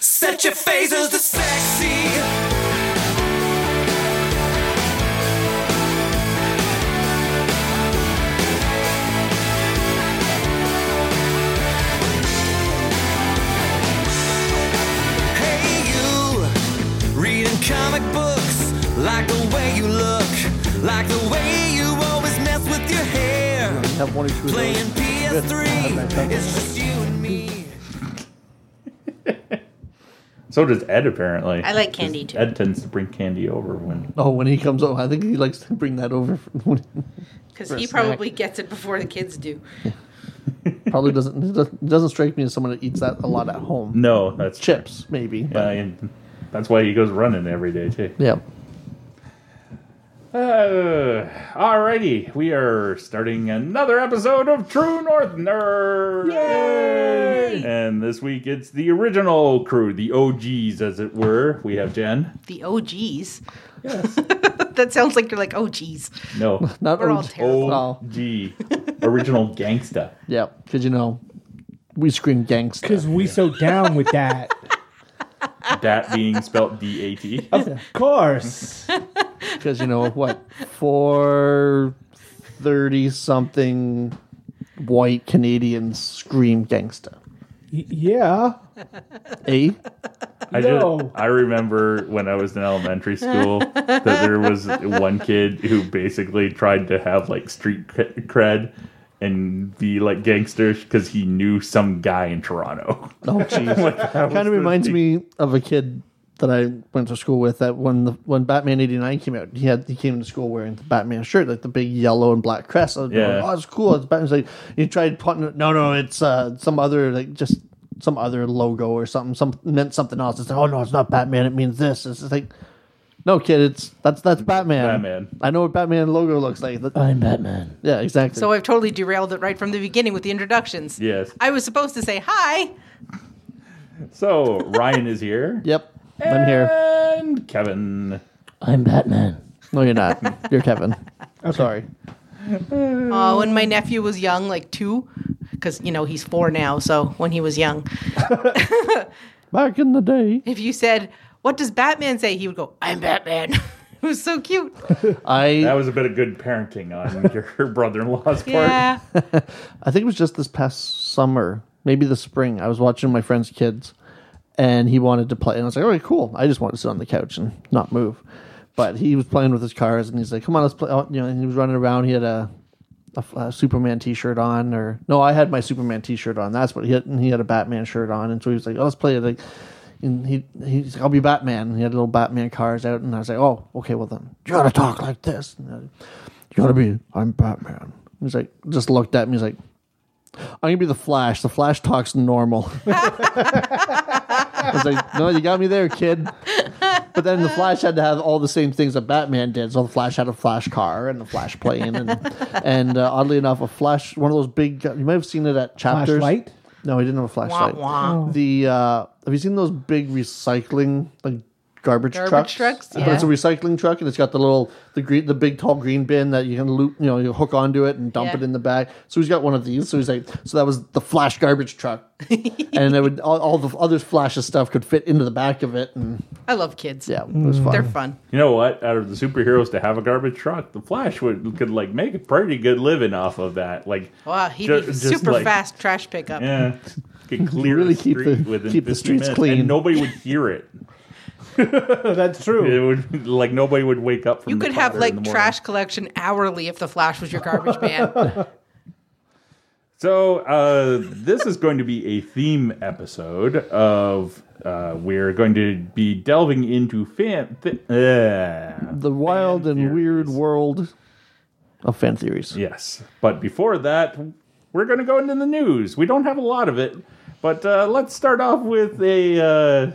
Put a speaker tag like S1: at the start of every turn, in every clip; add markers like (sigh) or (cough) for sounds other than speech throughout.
S1: Set your phasers to sexy. Hey, you reading comic books. Like the way you look. Like the way you always mess with your hair.
S2: We have one or two of
S1: Playing
S2: those.
S1: PS3. It's just you and me.
S3: So does Ed apparently.
S4: I like candy,
S3: 'Cause
S4: too.
S3: Ed tends to bring candy over when
S2: Oh, when he comes over, I think he likes to bring that over. (laughs) For,
S4: because
S2: For a
S4: he
S2: snack.
S4: probably gets it before the kids do.
S2: probably doesn't it doesn't- it doesn't strike me as someone that eats that a lot at home.
S3: no that's
S2: Chips, maybe.
S3: Yeah, and that's why he goes running every day too.
S2: Yeah.
S3: Uh, alrighty, we are starting another episode of True North Nerd. And this week it's the original crew, the OGs, as it were. We have Jen.
S4: The OGs.
S3: Yes.
S4: (laughs) That sounds like you're like, oh, geez.
S3: No.
S2: (laughs) Not
S4: We're all
S2: OG.
S4: terrible.
S3: OG,
S2: Wow.
S3: original gangsta.
S2: Yeah, because you know, we scream
S5: Because
S2: gangster.
S5: we so down with that.
S3: That being spelt D A
S2: (laughs)
S3: T.
S5: Of course.
S2: Because you know
S4: (laughs)
S2: what? Four thirty something white Canadians scream gangster.
S5: Y- yeah.
S2: A
S3: I
S5: No.
S3: I remember when I was in elementary school that there was one kid who basically tried to have like street cre- cred and be like gangster because he knew some guy in Toronto. (laughs)
S2: Oh jeez. kind of reminds me of a kid that I went to school with. That when the when Batman '89 came out, he had he came to school wearing the Batman shirt, like the big yellow and black crest. I was
S3: Yeah.
S2: like, oh, it's cool. It's Batman's like he tried putting it. No, no, it's uh, some other like just some other logo or something. Some meant something else. It's like, oh no, it's not Batman. It means this. It's just like. No kid, it's that's that's Batman.
S3: Batman.
S2: I know what Batman logo looks like. I'm Batman. Yeah, exactly.
S4: So I've totally derailed it right from the beginning with the introductions.
S3: Yes.
S4: I was supposed to say hi.
S3: (laughs) So Ryan is here.
S2: yep, I'm here.
S3: And Kevin.
S2: I'm Batman. No, you're not. You're (laughs) Kevin. I'm Sorry.
S4: Uh, when my nephew was young, like two, because, you know, he's four now. So when he was young,
S2: Back in the day,
S4: if you said, what does Batman say? He would go, I'm Batman. (laughs) it was so cute.
S3: That
S2: I
S3: was a bit of good parenting on (laughs) your brother-in-law's part.
S4: Yeah.
S2: I think it was just this past summer, maybe the spring. I was watching my friend's kids, and he wanted to play, and I was like, "All right, cool." I just wanted to sit on the couch and not move, but he was playing with his cars, and he's like, "Come on, let's play." Oh, You know, and he was running around. He had a, a, a Superman T-shirt on, or no, I had my Superman T-shirt on. That's what he had. And he had a Batman shirt on, and so he was like, oh, "Let's play it." Like, and he he's like, "I'll be Batman." And he had little Batman cars out, and I was like, "Oh, okay, well then, you gotta talk like this." And I, you gotta be. I'm Batman. He's like, just looked at me. He's like, I'm gonna be the Flash. The Flash talks normal. (laughs) I was like, no, you got me there, kid. But then the Flash had to have all the same things that Batman did. So the Flash had a Flash car and a Flash plane, and and uh, oddly enough, a Flash one of those big. You might have seen it at chapters.
S5: Flashlight?
S2: No, he didn't have a
S4: Wah,
S2: flashlight.
S4: wah.
S2: The uh, have you seen those big recycling like garbage,
S4: Garbage
S2: trucks?
S4: trucks,
S2: But it's a
S4: yeah.
S2: recycling truck, and it's got the little the green the big tall green bin that you can loop, you know, you hook onto it and dump
S4: Yeah.
S2: it in the back. So he's got one of these. So he's like, so that was the flash garbage
S4: (laughs)
S2: truck, and it would all, all the other flashes stuff could fit into the back of it, and
S4: I love kids.
S2: yeah, it was fun.
S4: Mm. They're fun.
S3: You know what? Out of the superheroes to have a garbage truck, the Flash would could like make a pretty good living off of that. Like,
S4: Wow, he'd
S3: ju-
S4: be
S3: just,
S4: super
S3: like,
S4: fast trash
S2: (laughs)
S4: pickup.
S3: Yeah, could clear
S2: really
S3: the
S2: keep
S3: street
S2: the-
S3: within
S2: keep the
S3: 15
S2: streets
S3: minutes,
S2: clean.
S3: and nobody would hear it.
S5: That's
S3: It
S5: true.
S3: would like nobody would wake up. From
S4: You
S3: the
S4: could have
S3: clatter in the
S4: like
S3: morning.
S4: trash collection hourly if the Flash was your garbage
S3: (laughs)
S4: man.
S3: So uh, this is going to be a theme episode of uh, we're going to be delving into fan. Th- uh,
S2: the wild and
S3: theories.
S2: weird world of fan theories.
S3: Yes. But before that, we're going to go into the news. We don't have a lot of it, but uh, let's start off with a uh,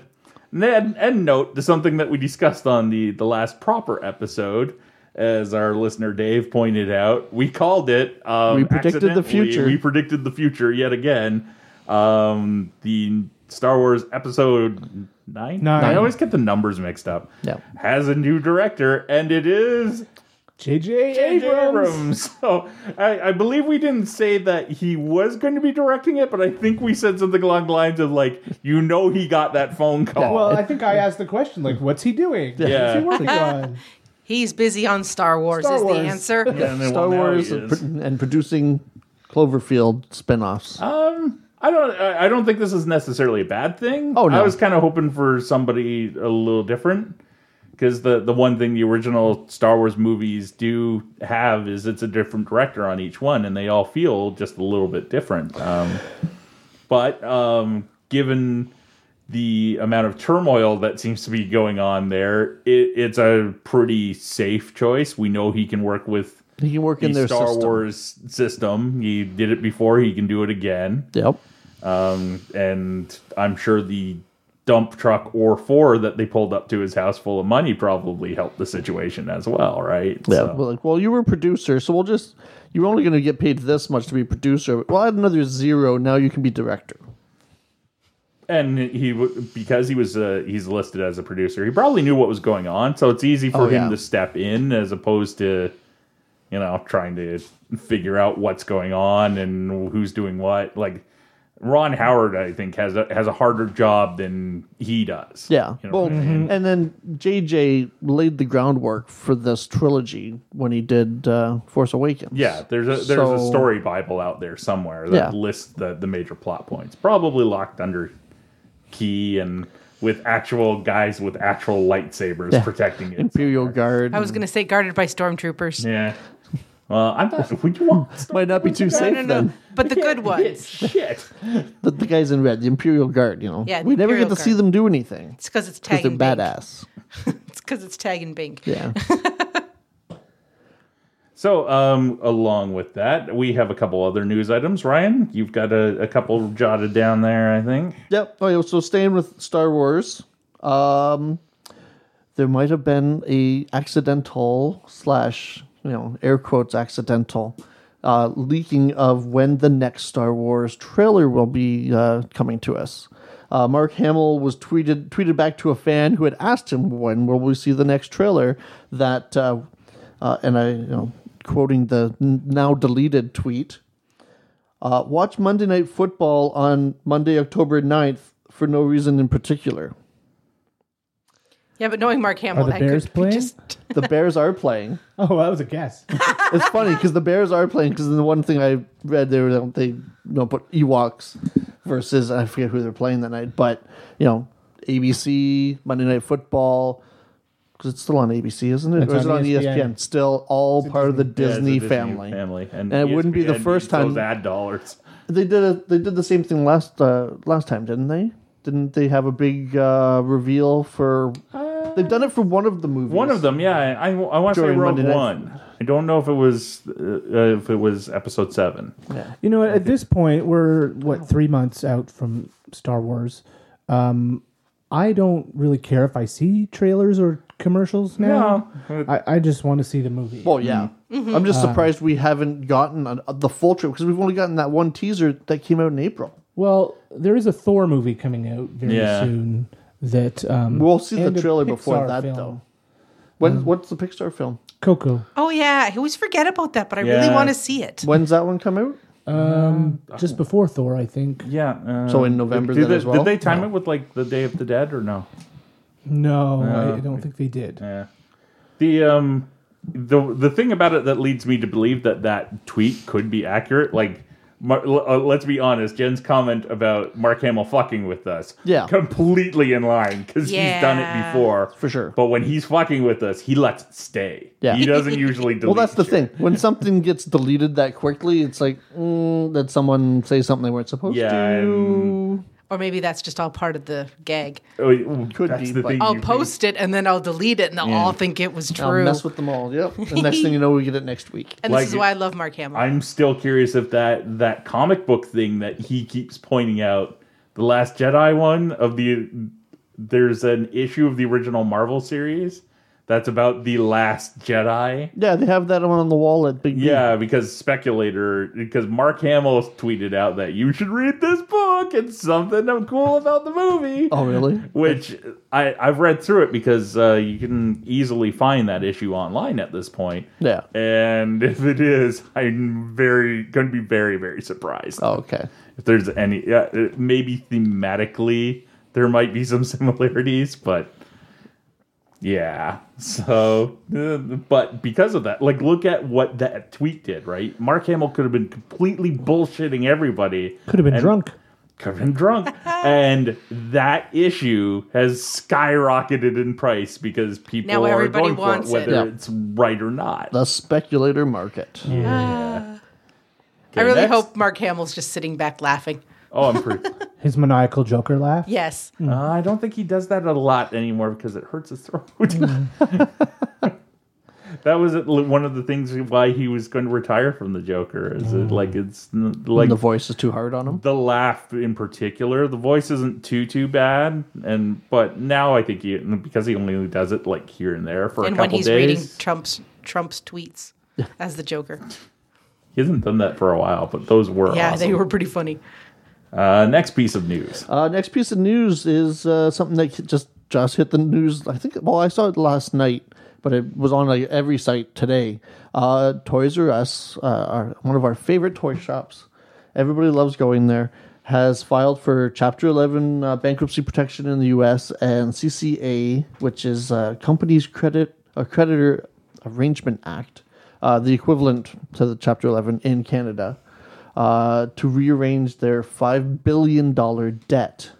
S3: an end, end note to something that we discussed on the, the last proper episode. As our listener Dave pointed out, we called it. Um,
S2: We predicted the
S3: accidentally.
S2: future.
S3: We predicted the future yet again. Um, the Star Wars episode nine?
S5: Nine.
S3: I always get the numbers mixed up.
S2: Yeah.
S3: Has a new director, and it is
S5: J.J.
S3: J.J.
S5: Abrams.
S3: Abrams. (laughs) So I, I believe we didn't say that he was going to be directing it, but I think we said something along the lines of like, you know, he got that phone call.
S5: Well, I think I asked the question, like, what's he doing?
S3: (laughs) Yeah.
S5: What's he working on?
S4: He's busy on Star Wars,
S5: Star
S4: is
S5: Wars.
S4: the answer.
S3: Yeah, and then,
S2: Star
S3: well, now
S2: Wars
S3: he
S2: and,
S3: is.
S2: pr- and producing Cloverfield spin-offs.
S3: Um, I don't. I I don't think this is necessarily a bad thing.
S2: Oh, no.
S3: I was kind of hoping for somebody a little different because the the one thing the original Star Wars movies do have is it's a different director on each one, and they all feel just a little bit different. Um, but um, given the amount of turmoil that seems to be going on there, it, it's a pretty safe choice. We know he can work with.
S2: he can work in
S3: the
S2: their
S3: Star
S2: system.
S3: Wars system. He did it before. He can do it again
S2: Yep.
S3: um, and I'm sure the dump truck or four that they pulled up to his house full of money probably helped the situation as well, right?
S2: Yeah.
S3: So-
S2: Well, like, well, you were a producer, so we'll just you were only going to get paid this much to be a producer. Well, add another zero. Now you can be director.
S3: and he w- because he was uh, he's listed as a producer, he probably knew what was going on, so it's easy for
S2: Oh,
S3: him
S2: yeah.
S3: to step in as opposed to you know trying to figure out what's going on and who's doing what. Like Ron Howard, I think has a, has a harder job than he does.
S2: Yeah.
S3: You know
S2: well,
S3: what I mean?
S4: Mm-hmm.
S2: and then JJ laid the groundwork for this trilogy when he did uh, Force Awakens.
S3: Yeah, there's a there's a
S2: So-
S3: story bible out there somewhere that
S2: Yeah.
S3: lists the the major plot points, probably locked under key and with actual guys with actual lightsabers
S2: Yeah. (laughs)
S3: protecting it.
S2: Imperial Guard.
S4: I was going to say guarded by stormtroopers.
S3: Yeah. Well, I'm not. (laughs) Would you want?
S2: (laughs) might not be too
S4: No,
S2: safe
S4: no, no.
S2: then.
S4: But the good ones.
S3: Shit.
S2: The, the guys in red, the Imperial Guard. You know,
S4: Yeah, the
S2: we never
S4: Imperial
S2: get to see
S4: Guard.
S2: them do anything
S4: It's because it's
S2: because
S4: tag
S2: they're
S4: and bink.
S2: badass.
S4: It's because it's tag and bink. (laughs)
S2: Yeah.
S3: So, um, along with that, we have a couple other news items. Ryan, you've got a, a couple jotted down there, I think.
S2: Yep. Oh, yeah, so staying with Star Wars, um, there might have been a accidental slash you know air quotes accidental uh, leaking of when the next Star Wars trailer will be uh, coming to us. Uh, Mark Hamill was tweeted tweeted back to a fan who had asked him when will we see the next trailer that, uh, uh, and I you know quoting the n- now deleted tweet. Uh, watch Monday Night Football on Monday, October 9th for no reason in particular.
S4: Yeah, but knowing Mark Hamill,
S5: Are the
S4: that
S5: Bears
S4: could
S5: playing?
S4: be just
S5: (laughs)
S2: The Bears are playing.
S5: Oh, well, that was a guess.
S2: It's funny because the Bears are playing because the one thing I read they were they you know put Ewoks versus I forget who they're playing that night, but you know ABC Monday Night Football because it's still on ABC, isn't it?
S5: It's
S2: or is
S5: on E
S2: it on E ESPN?
S5: ESPN.
S2: Still all part of the
S3: Yeah, it's a
S2: Disney, family.
S3: family,
S2: And it wouldn't be the
S3: ESPN
S2: first
S3: needs
S2: time-
S3: those ad dollars.
S2: They did a, they did the same thing last uh, last time, didn't they? Didn't they have a big uh, reveal for? They've done it for one of the movies.
S3: One of them, yeah. I, I want to say
S2: During
S3: Rogue
S2: Monday Night-
S3: One. I don't know if it was uh, uh, if it was Episode Seven.
S5: You know, at this point, we're what three months out from Star Wars. Um, I don't really care if I see trailers or commercials now. I, I just want to see the movie.
S2: Well, yeah. Mm-hmm. I'm just
S5: Uh.
S2: surprised we haven't gotten an, the full trip because we've only gotten that one teaser that came out in April.
S5: Well, there is a Thor movie coming out very
S3: Yeah.
S5: soon. That um,
S2: We'll see the
S5: and a
S2: trailer before
S5: Pixar
S2: that,
S5: film, Uh.
S2: though. When, What's the Pixar film?
S5: Coco.
S4: Oh yeah, I always forget about that, but I really
S3: Yeah.
S4: want to see it.
S2: When's that one come out?
S5: Um, just before Thor, I think.
S3: Yeah. Uh,
S2: So in November
S3: did,
S2: then
S3: they,
S2: as well?
S3: did they time it with like the Day of the Dead or no?
S5: No, I- I don't think they did.
S3: Yeah. The um the the thing about it that leads me to believe that that tweet could be accurate, like. Mar- l- uh, let's be honest. Jen's comment about Mark Hamill fucking with us,
S2: Yeah.
S3: completely in line because he's done it
S4: Yeah.
S3: before
S2: For sure.
S3: But when he's fucking with us, he lets it stay.
S2: Yeah.
S3: he doesn't usually.
S2: (laughs) Well,
S3: Delete
S2: that's the
S3: shit.
S2: thing. When something gets deleted that quickly, it's like, mm, did someone say something they weren't supposed
S3: Yeah,
S2: to?
S3: I'm-
S4: Or maybe that's just all part of the gag.
S3: Oh, it-
S2: Could
S3: that's
S2: be,
S3: the
S2: but-
S3: thing.
S4: I'll
S3: you-
S4: Oh, post it and then I'll delete it, and they'll all think it was
S2: I'll
S4: true.
S2: mess with them all. Yep. And next thing you know, we get it next week.
S4: and
S3: Like
S4: this is
S3: it.
S4: why I love Mark Hamill.
S3: I'm still curious if that that comic book thing that he keeps pointing out, the Last Jedi one of the there's an issue of the original Marvel series that's about the last Jedi.
S2: Yeah, they have that one on the wall at Big B.
S3: Yeah, because speculator, because Mark Hamill tweeted out that you should read this book. It's something cool about the movie.
S2: Oh, really?
S3: Which I, I've read through it because uh, you can easily find that issue online at this point.
S2: Yeah.
S3: And (laughs) if it is, I'm very going to be very very surprised
S2: Oh, okay.
S3: if there's any. Yeah, it- maybe thematically there might be (laughs) some similarities, but yeah. So, uh, but because of that, like, look at what that tweet did. Right, Mark Hamill could have been completely bullshitting everybody.
S5: Could have been
S3: and-
S5: drunk.
S3: Could have been
S4: (laughs)
S3: drunk, and that issue has skyrocketed in price because people
S4: Now
S3: are
S4: everybody
S3: going
S4: wants it.
S3: for it, whether
S2: Yeah.
S3: it's right or not.
S2: The speculator market.
S3: Okay,
S4: I really
S3: next.
S4: hope Mark Hamill's just sitting back laughing.
S3: Oh, I'm pretty.
S5: His maniacal Joker laugh.
S4: Yes.
S3: Uh, I don't think he does that a lot anymore because it hurts his throat. (laughs) that was one of the things why he was going to retire from the Joker. Is it like it's n- like
S2: the
S3: the,
S2: voice is too hard on him.
S3: laugh in particular? The voice isn't too too bad, and but now I think he because he only does it like here and there for
S4: And
S3: a
S4: when
S3: couple
S4: he's reading
S3: days.
S4: Trump's Trump's tweets as the Joker.
S3: he hasn't done that for a while, but those were
S4: Yeah,
S3: awesome.
S4: they were pretty funny.
S3: Uh, next piece of news.
S2: Uh, next piece of news is uh, something that just just hit the news. I think. Well, I saw it last night, but it was on like every site today. Uh, Toys R Us, uh, our, one of our favorite toy shops, everybody loves going there, has filed for Chapter Eleven uh, bankruptcy protection in the U.S. and CCA, which is uh, Companies Credit uh, Creditor Arrangement Act, uh, the equivalent to the Chapter Eleven in Canada uh, to rearrange their five billion dollar debt.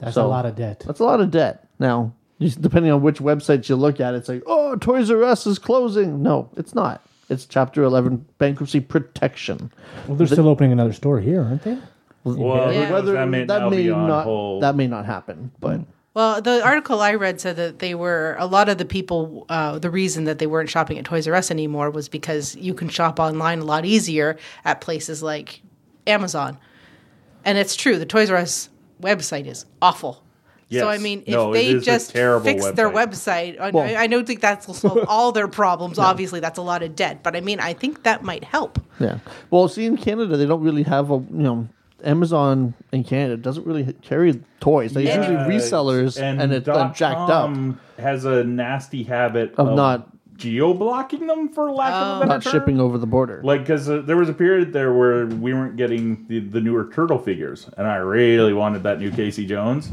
S5: That's
S2: So-
S5: a lot of debt.
S2: That's a lot of debt. Now, you- depending on which website you look at, it's like, oh, Toys R Us is closing. No, it's not. It's Chapter Eleven bankruptcy protection.
S5: Well, they're still opening another store here, aren't they?
S3: Well,
S4: Yeah.
S3: whether that may, now be on
S2: not
S3: hold.
S2: that may not happen, but
S4: Well, the article I read said that they were a lot of the people. Uh, the reason that they weren't shopping at Toys R Us anymore was because you can shop online a lot easier at places like Amazon, and it's true. The Toys R Us website is awful.
S3: Yes.
S4: So I mean, if
S3: No, it
S4: they
S3: is a
S4: just
S3: terrible
S4: fix their
S3: website.
S4: website, I- I, I don't think that
S3: (laughs)
S4: will solve all their problems. Obviously, that's a lot of debt, but I mean, I think that might help.
S3: Hmm.
S2: yeah. Well, see, in Canada, they don't really have a you know. Amazon in Canada doesn't really carry toys. They
S4: Yeah.
S2: usually resellers and, it's uh,
S3: dot
S2: jacked up.
S3: com Has a nasty habit
S2: Of not-
S3: geo blocking them for lack
S4: Oh.
S3: of a better
S2: Not
S3: term.
S2: shipping over the border.
S3: Like, because uh, there was a period there where we weren't getting the, the newer Turtle figures, and I really wanted that new Casey Jones.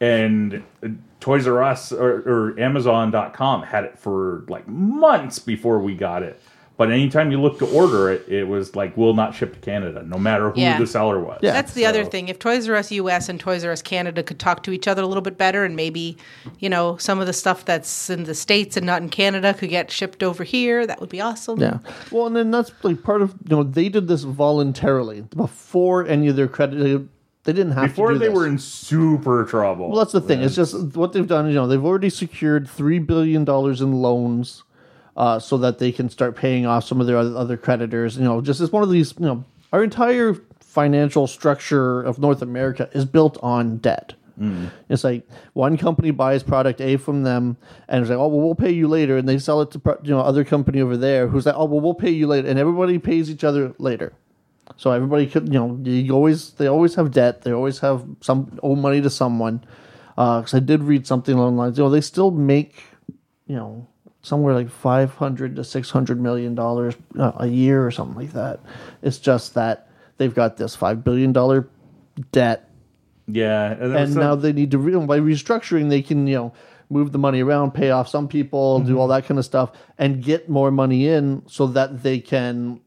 S3: And uh, Toys R Us or, or Amazon.com had it for like months before we got it. But anytime you look to order it, it was like, will not ship to Canada, no matter who
S4: Yeah.
S3: the seller was.
S2: Yeah.
S4: That's the
S3: So-
S4: other thing. If Toys R Us US and Toys R Us Canada could talk to each other a little bit better, and maybe, you know, some of the stuff that's in the states and not in Canada could get shipped over here, that would be awesome.
S2: Yeah. Well, and then that's like part of you know they did this voluntarily before any of their credit. They, they didn't have to
S3: Before
S2: do
S3: they
S2: this.
S3: were in super trouble.
S2: Well, that's the thing. It's just what they've done. You know, they've already secured three billion dollars in loans, uh, so that they can start paying off some of their oth- other creditors. You know, just as one of these. You know, our entire financial structure of North America is built on debt. It's like one company buys product A from them, and it's like, oh well, we'll pay you later, and they sell it to pro- you know other company over there, who's like, oh well, we'll pay you later, and everybody pays each other later. So everybody could, you know, you always they always have debt. They always have some owe money to someone. Because I did read something along the lines, you know, they still make, you know, somewhere like five hundred to six hundred million dollars uh, a year or something like that. It's just that they've got this five billion dollar debt,
S3: yeah. there was
S2: and
S3: some-
S2: now they need to re- by restructuring they can you know move the money around, pay off some people,
S3: Mm-hmm.
S2: do all that kind of stuff, and get more money in so that they can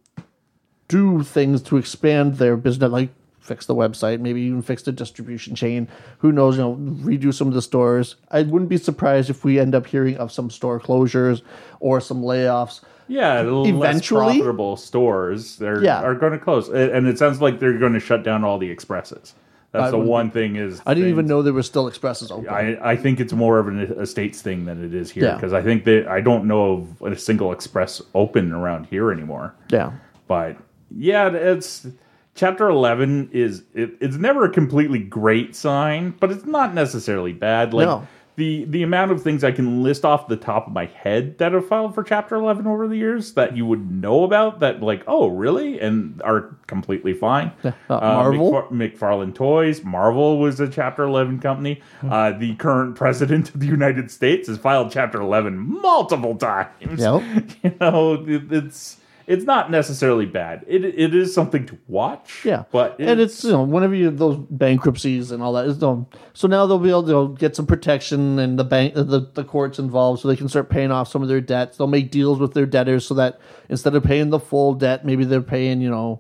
S2: do things to expand their business, like fix the website, maybe even fix the distribution chain. Who knows? You know, redo some of the stores. I wouldn't be surprised if we end up hearing of some store closures or some layoffs.
S3: Yeah, the less
S2: Eventually-
S3: profitable stores they're,
S2: Yeah.
S3: are going to close, A- and it sounds like they're going to shut down all the expresses. That's the
S2: wouldn't-
S3: one thing is
S2: I didn't even
S3: things-
S2: know there were still expresses open.
S3: I, I think it's more of an estates thing than it is here
S2: Yeah.
S3: because I think that I don't know of a single express open around here anymore.
S2: yeah.
S3: But yeah, it's chapter eleven is it, it's never a completely great sign, but it's not necessarily bad. Like
S2: No.
S3: the the amount of things I can list off the top of my head that have filed for Chapter Eleven over the years that you would know about that like oh really and are completely fine. Um,
S2: Uh, Marvel?
S3: McFar- McFarlane Toys, Marvel was a Chapter Eleven company.
S2: Hmm.
S3: Uh, the current president of the United States has filed Chapter Eleven multiple times.
S2: Yep.
S3: (laughs) you know it, it's. It's not necessarily bad. It it is something to watch.
S2: Yeah,
S3: but
S2: and it's you know whenever you those bankruptcies and all that is done, so now they'll be able to get some protection and the bank the, the courts involved, so they can start paying off some of their debts. They'll make deals with their debtors so that instead of paying the full debt, maybe they're paying you know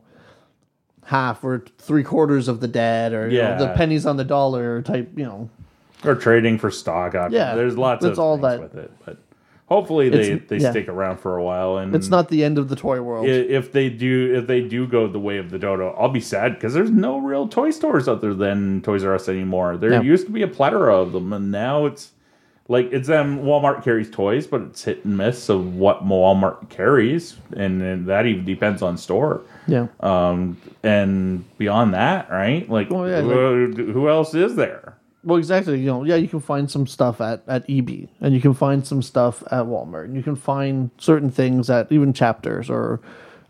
S2: half or three quarters of the debt or you know, the
S3: Yeah.
S2: pennies on the dollar type you know
S3: or trading for stock options.
S2: Yeah,
S3: there's lots of
S2: that's all
S3: things
S2: that-
S3: with it, but hopefully they
S2: It's-
S3: they
S2: yeah.
S3: stick around for a while. And
S2: it's not the end of the toy world.
S3: i- if they do if they do go the way of the dodo, I'll be sad because there's no real toy stores other than Toys R Us anymore. There
S2: Yeah.
S3: used to be a plethora of them, and now it's like it's them. Walmart carries toys, but it's hit and miss of what Walmart carries, and, and that even depends on store.
S2: yeah,
S3: Um, and beyond that, right? Like,
S2: Oh, yeah,
S3: who, who else is there?
S2: Well, exactly. You know, yeah, you can find some stuff at at EB, and you can find some stuff at Walmart, and you can find certain things at even Chapters or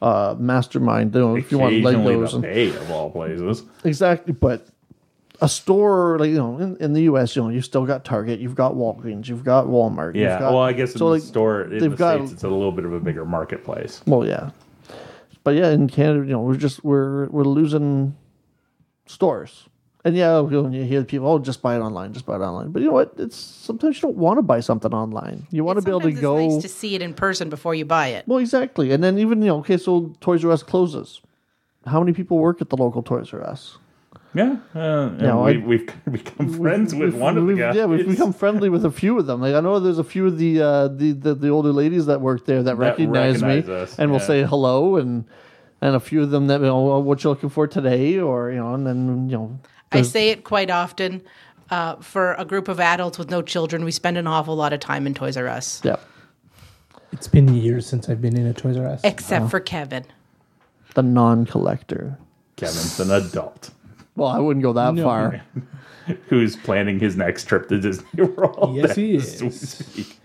S2: uh, Mastermind. You know, if you want
S3: Occasionally
S2: Legos
S3: the
S2: and
S3: Bay of all places.
S2: exactly, but a store like you know in, in the U.S., you know, you've still got Target, you've got Walgreens, you've got Walmart.
S3: Yeah,
S2: you've got,
S3: well, I guess in
S2: so,
S3: the
S2: like,
S3: store in the
S2: they've got-
S3: states, it's a little bit of a bigger marketplace.
S2: Well, yeah, but yeah, in Canada, you know, we're just we're we're losing stores, and yeah, you, know, you hear people, oh, just buy it online, just buy it online. But you know what? It's sometimes you don't want to buy something online. You want to be able to
S4: Sometimes
S2: go.
S4: It's nice to see it in person before you buy it.
S2: well, exactly, and then even you know, okay, so Toys R Us closes. How many people work at the local Toys R Us?
S3: Yeah, uh, and
S2: Yeah, well,
S3: we,
S2: I-
S3: we've (laughs) become friends (laughs) with
S2: We've-
S3: one of the
S2: we've-
S3: guys.
S2: Yeah, we've become friendly with a few of them. Like I know there's a few of the uh, the, the the older ladies that work there that, recognize,
S3: recognize
S2: me
S3: us,
S2: and will
S3: yeah.
S2: say hello and and a few of them that you know, "Oh, what you looking for today or you know and then you know
S4: I say it quite often. Uh, for a group of adults with no children, we spend an awful lot of time in Toys R Us,
S2: yeah
S5: It's been years since I've been in a Toys R Us.
S4: except for Kevin.
S2: the non collector.
S3: Kevin's an adult
S2: Well, I wouldn't go that far.
S3: who's planning his next trip to Disney (laughs) World.
S5: Yes, he
S3: as we
S5: is.
S3: (laughs) speak.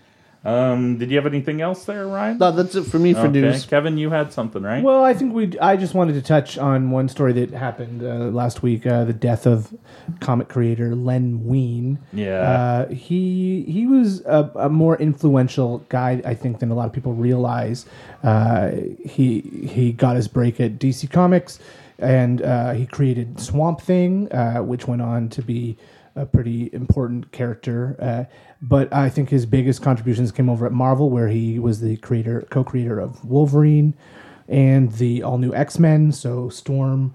S3: Um, did you have anything else there, Ryan?
S2: No, that's it for me for
S3: Okay.
S2: news.
S3: Kevin, you had something, right?
S5: Well, I think we. I just wanted to touch on one story that happened uh, last week: uh, the death of comic creator Len Wein.
S3: Yeah.
S5: uh, he he was a, a more influential guy, I think, than a lot of people realize. Uh, he he got his break at DC Comics, and uh, he created Swamp Thing, uh, which went on to be a pretty important character. Uh, but I think his biggest contributions came over at Marvel, where he was the creator, co-creator of Wolverine and the all new X Men. So Storm,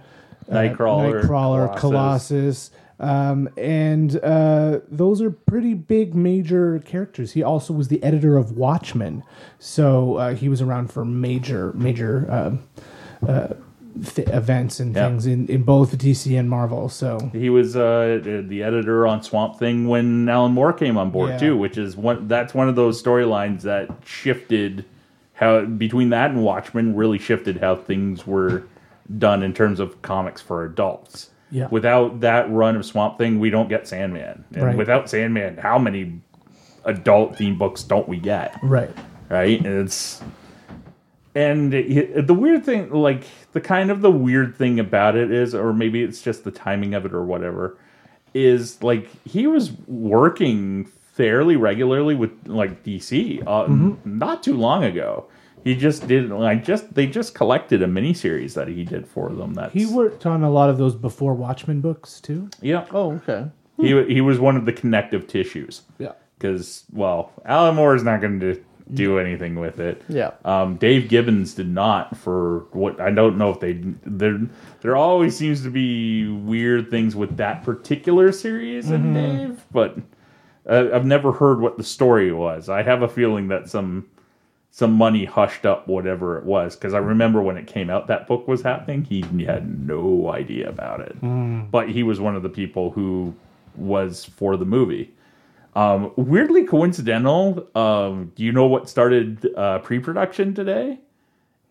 S5: uh,
S3: Nightcrawler,
S5: Nightcrawler, Colossus. Um, and uh, those are pretty big, major characters. He also was the editor of Watchmen, so uh, he was around for major, major um uh, th- events and
S3: Yeah.
S5: things in, in both DC and Marvel. So
S3: he was uh, the editor on Swamp Thing when Alan Moore came on board
S5: Yeah.
S3: too, which is one that's one of those storylines that shifted how between that and Watchmen really shifted how things were done in terms of comics for adults.
S5: Yeah.
S3: Without that run of Swamp Thing, we don't get Sandman. And
S5: Right.
S3: without Sandman, how many adult themed books don't we get?
S5: right,
S3: right? And It's and it- the weird thing, like the kind of the weird thing about it is, or maybe it's just the timing of it or whatever, is like he was working fairly regularly with like DC uh, not too long ago. He just did like just they just collected a miniseries that he did for them. That's
S5: he worked on a lot of those before Watchmen books too.
S3: yeah.
S2: Oh, okay.
S3: He he was one of the connective tissues.
S5: Yeah,
S3: because well, Alan Moore is not going to do anything with it.
S2: Yeah.
S3: Um, Dave Gibbons did not for what I don't know if they there there always seems to be weird things with that particular series and Dave, but uh, I've never heard what the story was. I have a feeling that some some money hushed up whatever it was because I remember when it came out that book was happening, he had no idea about it. But he was one of the people who was for the movie. Um, weirdly coincidental. Um, do you know what started uh, pre-production today?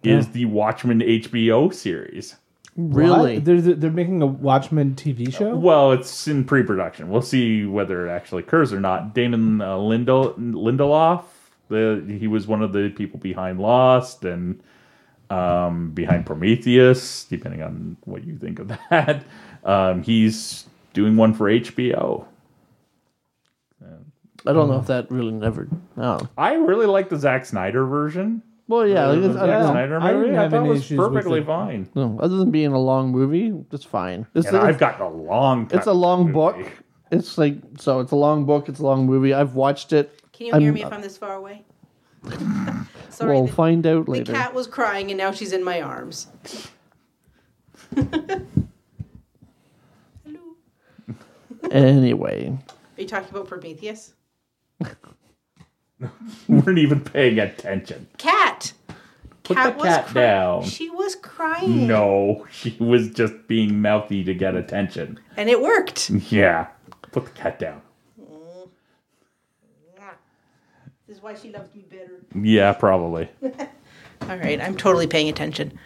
S3: Is the Watchmen HBO series?
S2: Really?
S5: What? They're, they're they're making a Watchmen TV show.
S3: Well, it's in pre-production. We'll see whether it actually occurs or not. Damon uh, Lindel, Lindelof, the, he was one of the people behind Lost and um, behind Prometheus, depending on what you think of (laughs) that. Um, he's doing one for HBO.
S2: I don't know if that really never. Oh,
S3: I really like the Zack Snyder version.
S2: well, yeah. like, it's- I
S3: Zack
S2: don't know.
S3: Snyder
S5: I didn't
S3: movie, I,
S5: have
S3: thought
S5: any
S3: it was
S5: issues with
S3: perfectly
S5: it.
S3: fine.
S2: No, other than being a long movie, it's fine. It's,
S3: And
S2: it's,
S3: I've gotten a long. cut
S2: it's
S3: (laughs)
S2: a long
S3: movie.
S2: book. It's like so. It's a long book. It's a long movie. I've watched it.
S4: Can you
S2: I'm-
S4: hear me if I'm this
S2: (laughs)
S4: far away? Sorry,
S2: we'll
S4: the,
S2: find out
S4: the
S2: later.
S4: cat was crying and now she's in my arms. Hello.
S2: Anyway,
S4: Are you talking about Prometheus?
S3: Weren't even paying attention.
S4: Cat.
S3: Put the cat
S4: cry-
S3: down.
S4: She was
S2: Hmm.
S4: crying.
S3: No, (laughs) she was just being mouthy to get attention.
S4: And it worked.
S3: Yeah, put the cat down.
S4: This is why she loves me better.
S2: (laughs)
S3: Yeah, probably.
S4: All right, I'm totally paying attention.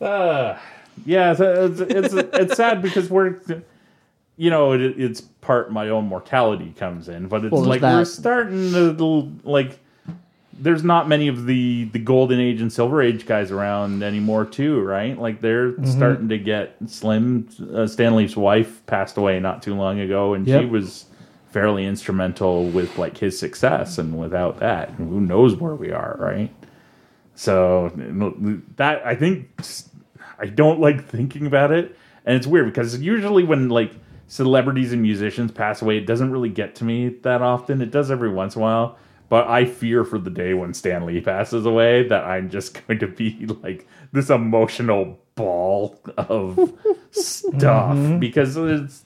S3: Uh, yeah, it's it's, it's, it's sad because we're, you know, it, it's part my own mortality comes in, but it's
S2: Well, there's
S3: like we're
S2: that.
S3: starting to like. There's not many of the the golden age and silver age guys around anymore, too, right? Like they're starting to get slim. Uh, Stanley's wife passed away not too long ago, and she
S5: Yep.
S3: was fairly instrumental with like his success. And without that, who knows where we are, right? So that I think I don't like thinking about it, and it's weird because usually when like celebrities and musicians pass away, it doesn't really get to me that often. It does every once in a while, but I fear for the day when Stan Lee passes away that I'm just (laughs) going to be like this emotional ball of stuff because it's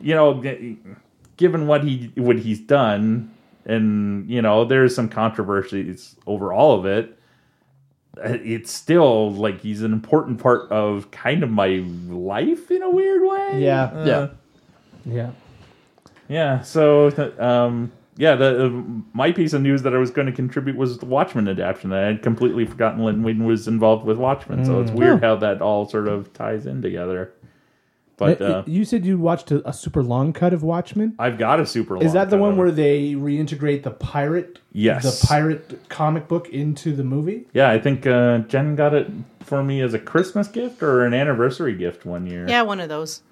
S3: you know g- given what he what he's done and you know there's some controversies over all of it uh, it's still like he's an important part of kind of my life in a weird way.
S5: Yeah,
S2: yeah.
S5: yeah.
S3: Yeah. So, th- um, yeah, the, uh, my piece of news that I was going to contribute was the Watchmen adaptation. I had completely forgotten Lin Win was involved with Watchmen, so
S5: Mm.
S3: it's weird how that all sort of ties in together. But
S5: Uh,
S3: uh,
S5: you said you watched a, a super long cut of Watchmen.
S3: I've got a super.
S5: Is that the one
S3: where?
S5: where they reintegrate the pirate?
S3: Yes.
S5: The pirate comic book into the movie.
S3: Yeah, I think uh, Jen got it for me as a Christmas gift or an anniversary gift one year.
S4: Yeah, one of those.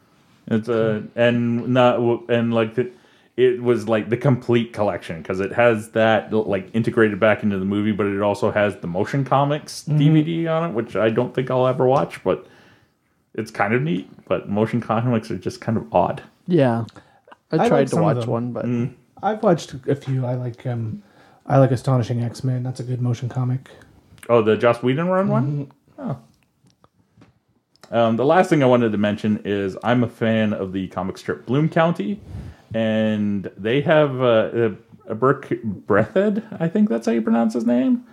S3: It's a and not and like the, it was like the complete collection because it has that like integrated back into the movie, but it also has the motion comics DVD on it, which I don't think I'll ever watch, but it's kind of neat. But motion comics are just kind of odd.
S2: Yeah. I,
S5: like
S2: tried to
S5: some of
S2: watch one,
S5: them.
S2: but
S5: I've watched a few. I like um, I like Astonishing X Men. That's a good motion comic.
S3: Oh, the Joss Whedon run one. Oh. Um, the last thing I wanted to mention is I'm a fan of the comic strip Bloom County, and they have uh, a, a Burke Breathed, I think that's how you pronounce his name,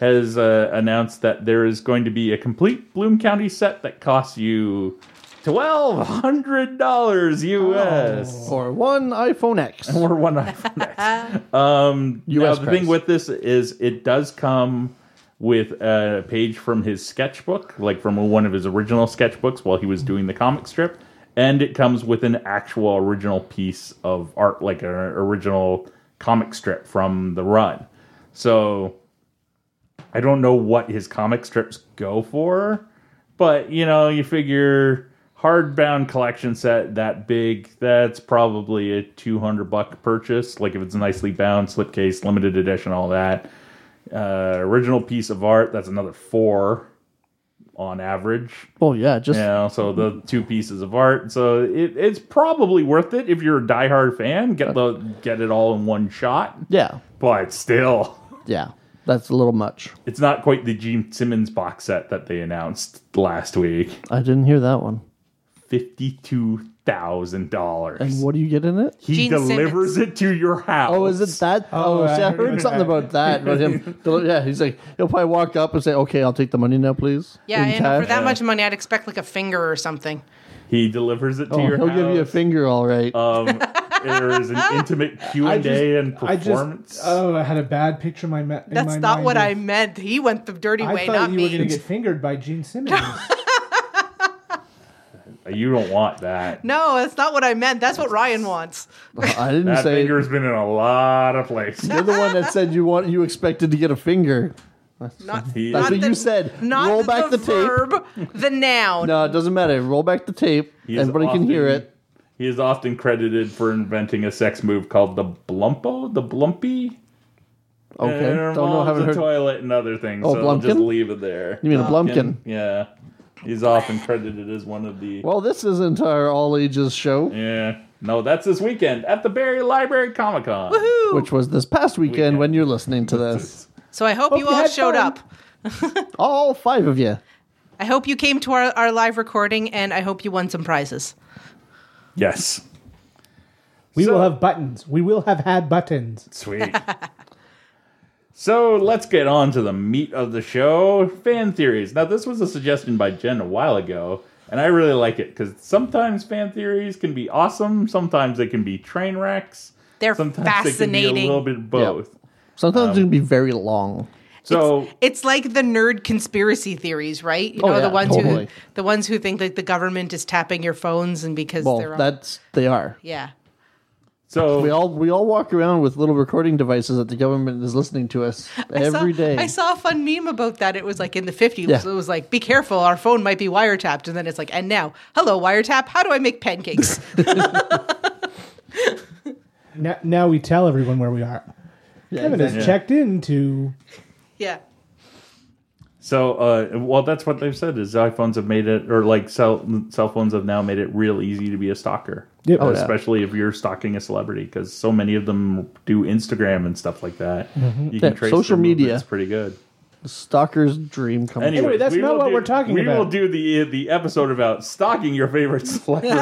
S3: has uh, announced that there is going to be a complete Bloom County set that costs you twelve hundred dollars US
S2: or one iPhone (laughs) X.
S3: (laughs) or one iPhone X. Um, now,
S2: US
S3: the
S2: price.
S3: thing with this is it does come with a page from his sketchbook, like from one of his original sketchbooks while he was doing the comic strip, and it comes with an actual original piece of art, like an original comic strip from the run. So I don't know what his comic strips go for, but you know, you figure hardbound collection set that big, that's probably a 200 buck purchase. Like if it's nicely bound, slipcase, limited edition, all that. Uh, original piece of art, that's another four on average.
S2: Oh yeah, just
S3: You know, so the two pieces of art. So it, it's probably worth it if you're a diehard fan. Get the get it all in one shot.
S2: yeah,
S3: But still,
S2: yeah. That's a little much.
S3: it's not quite the Gene Simmons box set that they announced last week.
S2: I didn't hear that one.
S3: Fifty-two thousand dollars.
S2: And what do you get in it?
S3: He
S4: Gene
S3: delivers
S4: Simmons.
S3: it to your house.
S2: Oh, is it that? Oh,
S5: I
S2: see, I
S5: heard
S2: heard something about that. About (laughs) him, yeah, he's like he'll probably walk up and say, "Okay, I'll take the money now, please."
S4: Yeah,
S2: in
S4: and
S2: cash."
S4: for that much money, I'd expect like a finger or something.
S3: He delivers it to
S2: Oh,
S3: your
S2: he'll
S3: house.
S2: Oh, give you a finger, all right.
S3: there is an intimate Q
S5: I
S3: and
S5: just-
S3: A and
S5: I just-
S3: performance.
S2: uh,
S5: oh, I had a bad picture in my ma- in
S4: That's
S5: my
S4: not
S5: mind
S4: what
S5: of-
S4: I meant. He went the dirty
S5: I
S4: way,
S5: thought
S4: not
S5: you were
S4: me.
S5: going to get fingered by (laughs) Gene Simmons.
S3: you don't want that.
S4: no, that's not what I meant. That's what Ryan wants.
S2: (laughs) I didn't
S3: That
S2: say
S3: finger's been in a lot of places.
S2: you're the one that said you want you expected to get a finger.
S4: Not,
S3: He-
S4: not
S2: That's what
S4: the-
S2: you said.
S4: Not
S2: Roll back the, tape.
S4: verb, the noun.
S2: No, it doesn't matter. Roll back the tape.
S3: He is
S2: Everybody can hear
S3: often-
S2: it.
S3: He is often credited for inventing a sex move called the blumpo, the blumpy.
S2: Okay.
S3: It
S2: Don't know.
S3: involves
S2: Haven't
S3: the
S2: heard.
S3: toilet and other things.
S2: Oh,
S3: so I'll just
S2: Blumpkin?
S3: leave it there.
S2: You mean a blumpkin?
S3: Yeah, he's often credited as one of the.
S2: Well, this isn't our all ages show,
S3: yeah, no, that's this weekend at the Barry Library Comic Con.
S4: Woo.
S2: which was this past weekend,
S3: Weekend.
S2: when you're listening to
S3: (laughs)
S2: this.
S4: So I hope, you
S5: you
S4: all
S5: had
S4: showed
S5: fun.
S4: up.
S2: All five of you.
S4: I hope you came to our, our live recording and I hope you won some prizes.
S3: Yes,
S5: we
S3: So-
S5: will have buttons. We will have had buttons.
S3: sweet. (laughs) so let's get on to the meat of the show: fan theories. Now, this was a suggestion by Jen a while ago. And I really like it because sometimes fan theories can be awesome. Sometimes they can be train wrecks.
S4: They're
S3: Sometimes they can be a
S4: fascinating.
S3: little bit of both. Um,
S2: Sometimes it can be very long.
S3: So
S4: It's like the nerd conspiracy theories, right? You
S2: Oh,
S4: know,
S2: yeah,
S4: the ones
S2: totally.
S4: who the ones who think that the government is tapping your phones and because they're
S2: Well,
S4: on-
S2: that's they are.
S4: yeah.
S3: so
S2: We all we all walk around with little recording devices that the government is listening to us every
S4: saw,
S2: day.
S4: I saw a fun meme about that. It was like in the 50s.
S2: Yeah.
S4: It was like, be careful, our phone might be wiretapped. And then it's like, and now, hello, wiretap, how do I
S2: (laughs)
S4: make pancakes?
S5: Now, now we tell everyone where we are.
S2: Yeah,
S5: Kevin has
S2: exactly.
S5: checked into.
S4: yeah.
S3: So, uh, well, that's what they've said is iPhones have made it, or like cell cell phones have now made it real easy to be a stalker,
S5: Yep. Oh, yeah.
S3: especially if you're stalking a celebrity, because so many of them do Instagram and stuff like that.
S5: Mm-hmm.
S3: You can
S2: Yeah,
S3: trace
S2: social
S3: their
S2: media.
S3: movements pretty good.
S2: Stalker's dream come true.
S3: Anyways,
S5: that's
S3: we
S5: not
S3: will
S5: what
S3: do-
S5: we're talking
S3: we
S5: about.
S3: will do the the episode about stalking your favorite celebrity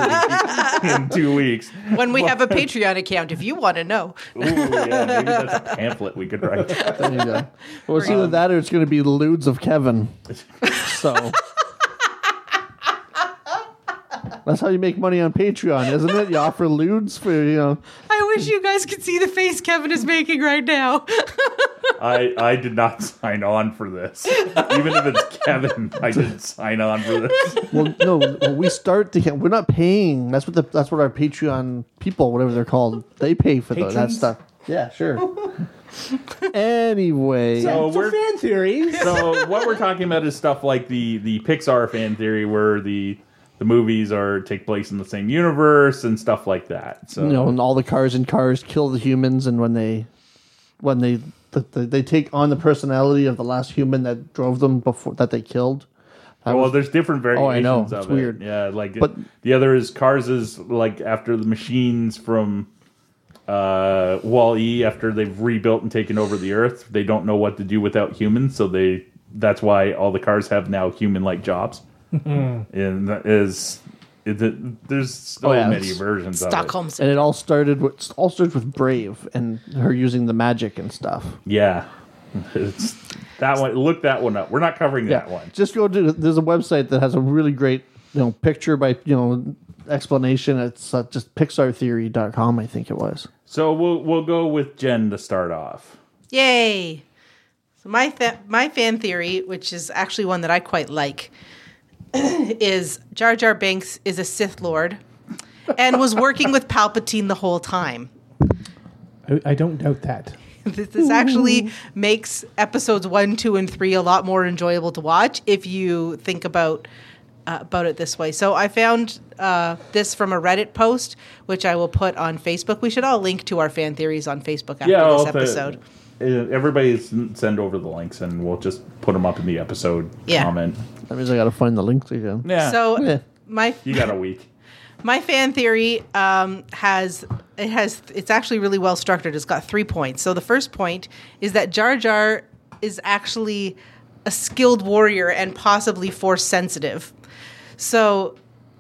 S3: in two weeks.
S4: When we have a Patreon account, if you want to know.
S3: Ooh, yeah, maybe that's a pamphlet we could write.
S2: There you go. Well, it's either that or it's going to be lewds of Kevin. So that's how you make money on Patreon, isn't it? You offer lewds for you know.
S4: I wish you guys could see the face Kevin is making right now.
S3: I I did not sign on for this, even if it's Kevin. I didn't sign on for this.
S2: Well, no, well, we start to get. We're not paying. That's what the that's what our Patreon people, whatever they're called, they pay for the, that
S5: Patrons?
S2: stuff. Yeah, sure. anyway,
S3: So
S5: For
S3: we're
S5: fan theories.
S3: (laughs) so what we're talking about is stuff like the the Pixar fan theory, where the the movies are take place in the same universe and stuff like that. So
S2: you know, and all the cars and cars kill the humans, and when they, when they, th th they take on the personality of the last human that drove them before that they killed. That
S3: well,
S2: was- Oh,
S3: there's different variations
S2: I know.
S3: of
S2: It's
S3: it.
S2: weird.
S3: Yeah, like
S2: But-
S3: the other is Cars is like after the machines from uh, Wall E, after they've rebuilt and taken over the Earth, they don't know what to do without humans, so they that's why all the cars have now human like jobs. and that is it, it- there's so
S2: Oh, yeah,
S3: many
S2: it's-
S3: versions of it.
S4: Stockholm.
S2: and it all started with all starts with Brave and her using the magic and stuff.
S3: Yeah. It's that one look that one up. We're not covering that one.
S2: Just go to there's a website that has a really great you know picture by you know explanation. It's uh, just PixarTheory.com, I think it was.
S3: So we'll we'll go with Jen to start off.
S4: Yay! So my th- my fan theory, which is actually one that I quite like, (clears throat) is Jar Jar Banks is a Sith Lord and was working with Palpatine the whole time.
S5: I, I don't doubt that.
S4: This,
S3: (laughs)
S4: this actually makes episodes one, two, and three a lot more enjoyable to watch if you think about uh, about it this way. So I found uh, this from a Reddit post, which I will put on Facebook. We should all link to our fan theories on Facebook after
S3: I'll
S4: this
S3: th-
S4: episode.
S3: uh, Everybody s- send over the links and we'll just put them up in the episode
S4: Yeah.
S3: comment.
S2: That means I got to find the links again.
S3: Yeah.
S4: So
S2: Yeah.
S4: my
S3: you got a week.
S4: My fan theory um, has it has it's actually really well structured. It's got three points. So the first point is that Jar Jar is actually a skilled warrior and possibly force sensitive. So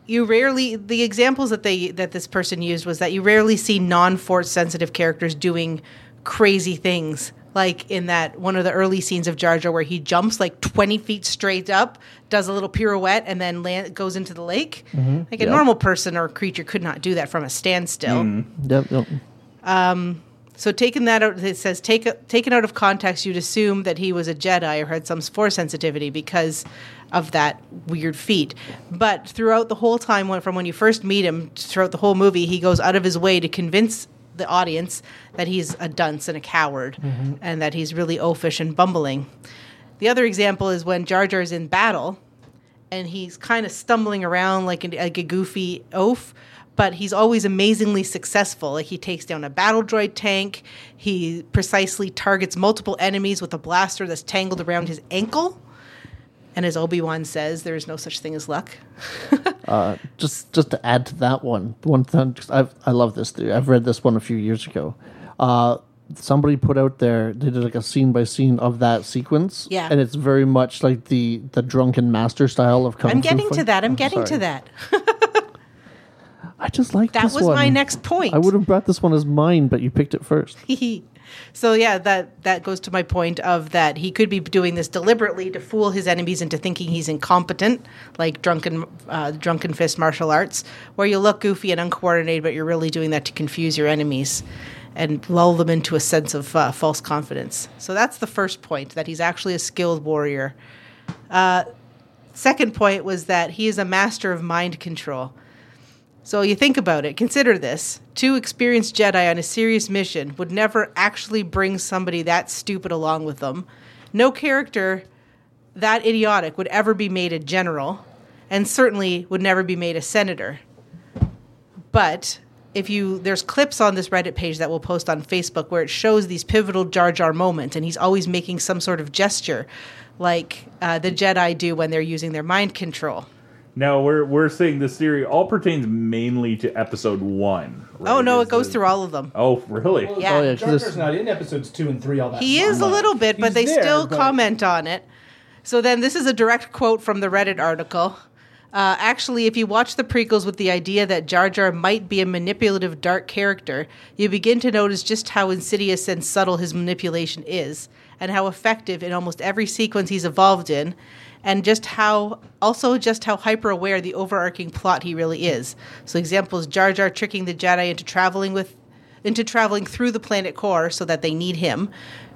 S4: you rarely the examples that they that this person used was that you rarely see non-force sensitive characters doing crazy things like in that one of the early scenes of Jar Jar where he jumps like 20 feet straight up, does a little pirouette, and then land, goes into the lake. Like a normal person or creature could not do that from a standstill.
S2: Yep, yep.
S4: So taking that out, it says take, taken out of context, you'd assume that he was a Jedi or had some force sensitivity because of that weird feat. But throughout the whole time, when, from when you first meet him throughout the whole movie, he goes out of his way to convince the audience that he's a dunce and a coward, and that he's really oafish and bumbling. The other example is when Jar Jar is in battle and he's kind of stumbling around like, an, like a goofy oaf, but he's always amazingly successful. Like he takes down a battle droid tank, he precisely targets multiple enemies with a blaster that's tangled around his ankle. And as Obi Wan says, there is no such thing as luck.
S2: just just to add to that one, the one thing 'cause I've, I love this theory. I've read this one a few years ago. Uh, somebody put out there they did like a scene by scene of that sequence.
S4: Yeah.
S2: and it's very much like the the drunken master style of kung
S4: I'm
S2: Fu (laughs)
S4: getting to
S2: fight.
S4: that. I'm
S2: Oh,
S4: getting to
S2: sorry. (laughs)
S4: that.
S2: I just like
S4: That
S2: this
S4: was my
S2: one.
S4: next point.
S2: I would have brought this one as mine, but you picked it first.
S4: (laughs) so yeah, that that goes to my point of that he could be doing this deliberately to fool his enemies into thinking he's incompetent, like drunken uh, drunken fist martial arts, where you look goofy and uncoordinated, but you're really doing that to confuse your enemies and lull them into a sense of uh, false confidence. So that's the first point that he's actually a skilled warrior. Uh, second point was that he is a master of mind control. So you think about it, consider this. Two experienced Jedi on a serious mission would never actually bring somebody that stupid along with them. No character that idiotic would ever be made a general, and certainly would never be made a senator. But if you there's clips on this Reddit page that we'll post on Facebook where it shows these pivotal Jar Jar moments, and he's always making some sort of gesture, like uh, the Jedi do when they're using their mind control.
S3: Now we're we're saying this theory all pertains mainly to episode one. right?
S4: Oh no,
S3: Is
S4: it goes
S3: the-
S4: through all of them.
S3: Oh really?
S4: Yeah. Oh, yeah,
S5: Jar Jar's not in episodes two and three all that.
S4: He is a
S5: much.
S4: little bit, but
S5: He's
S4: they
S5: there,
S4: still
S5: but-
S4: comment on it. So then, this is a direct quote from the Reddit article. Uh, actually, if you watch the prequels with the idea that Jar Jar might be a manipulative dark character, you begin to notice just how insidious and subtle his manipulation is, and how effective in almost every sequence he's evolved in, and just how also just how hyper aware the overarching plot he really is. So examples: Jar Jar tricking the Jedi into traveling with into traveling through the planet core so that they need him.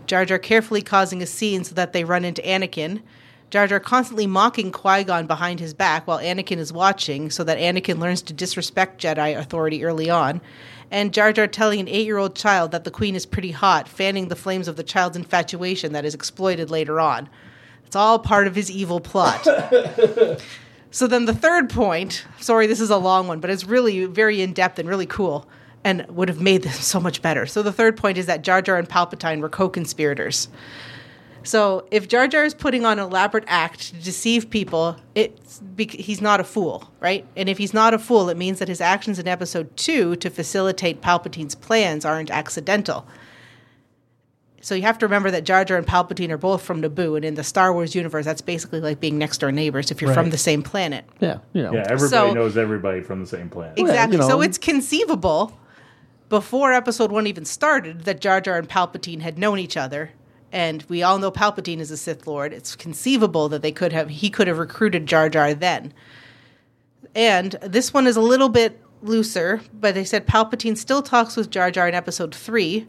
S4: Jar Jar carefully causing a scene so that they run into Anakin. Jar Jar constantly mocking Qui Gon behind his back while Anakin is watching so that Anakin learns to disrespect Jedi authority early on. And Jar Jar telling an eight year old child that the Queen is pretty hot, fanning the flames of the child's infatuation that is exploited later on. It's all part of his evil plot. So then the third point, sorry, this is a long one, but it's really very in depth and really cool and would have made this (laughs) so much better. So the third point is that Jar Jar and Palpatine were co conspirators. So if Jar Jar is putting on an elaborate act to deceive people, it's bec- he's not a fool, right? And if he's not a fool, it means that his actions in Episode Two to facilitate Palpatine's plans aren't accidental. So you have to remember that Jar Jar and Palpatine are both from Naboo, and in the Star Wars universe, that's basically like being next door neighbors if you're from
S5: Right.
S4: the same planet.
S2: Yeah, you know.
S3: Yeah, everybody
S4: So-
S3: knows everybody from the same planet.
S2: yeah,
S4: Exactly.
S2: you know.
S4: So it's conceivable before episode one even started that Jar Jar and Palpatine had known each other. And we all know Palpatine is a Sith Lord. It's conceivable that they could have he could have recruited Jar Jar then. And this one is a little bit looser, but they said Palpatine still talks with Jar Jar in episode three.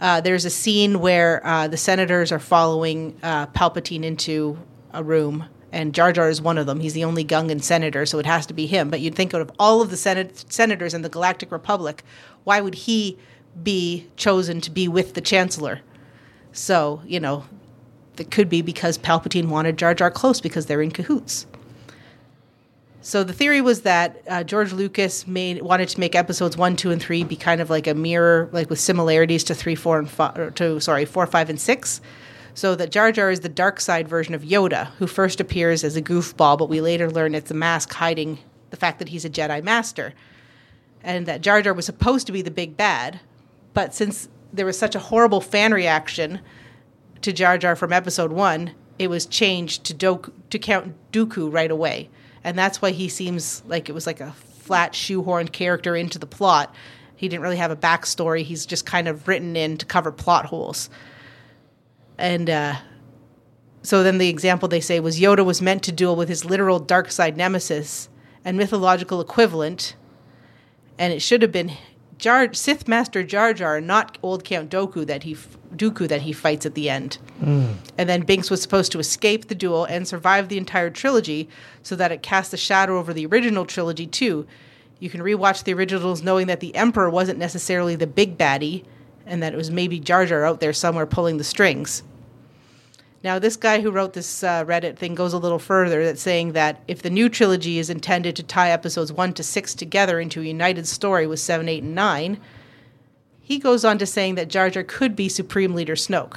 S4: Uh, there's a scene where uh, the senators are following uh, Palpatine into a room, and Jar Jar is one of them. He's the only Gungan senator, so it has to be him. But you'd think out of all of the senat- senators in the Galactic Republic, why would he be chosen to be with the Chancellor? So, you know, it could be because Palpatine wanted Jar Jar close because they're in cahoots. So the theory was that uh, George Lucas made wanted to make episodes one, two, and three be kind of like a mirror, like with similarities to three, four, and five. Or to sorry, four, five, and six. So that Jar Jar is the dark side version of Yoda, who first appears as a goofball, but we later learn it's a mask hiding the fact that he's a Jedi Master, and that Jar Jar was supposed to be the big bad, but since there was such a horrible fan reaction to Jar Jar from Episode One, it was changed to Doku, to Count Dooku right away, and that's why he seems like it was like a flat shoehorned character into the plot. He didn't really have a backstory. He's just kind of written in to cover plot holes. and uh, so then the example they say was Yoda was meant to duel with his literal dark side nemesis and mythological equivalent, and it should have been Jar- Sith Master Jar Jar, not old Count Doku that he f- Dooku that he fights at the end. And then Binks was supposed to escape the duel and survive the entire trilogy, so that it cast a shadow over the original trilogy too. You can rewatch the originals knowing that the Emperor wasn't necessarily the big baddie, and that it was maybe Jar Jar out there somewhere pulling the strings. Now, this guy who wrote this uh, Reddit thing goes a little further that's saying that if the new trilogy is intended to tie episodes 1 to 6 together into a united story with 7, 8, and 9, he goes on to saying that Jar Jar could be Supreme
S3: (laughs)
S4: Leader Snoke.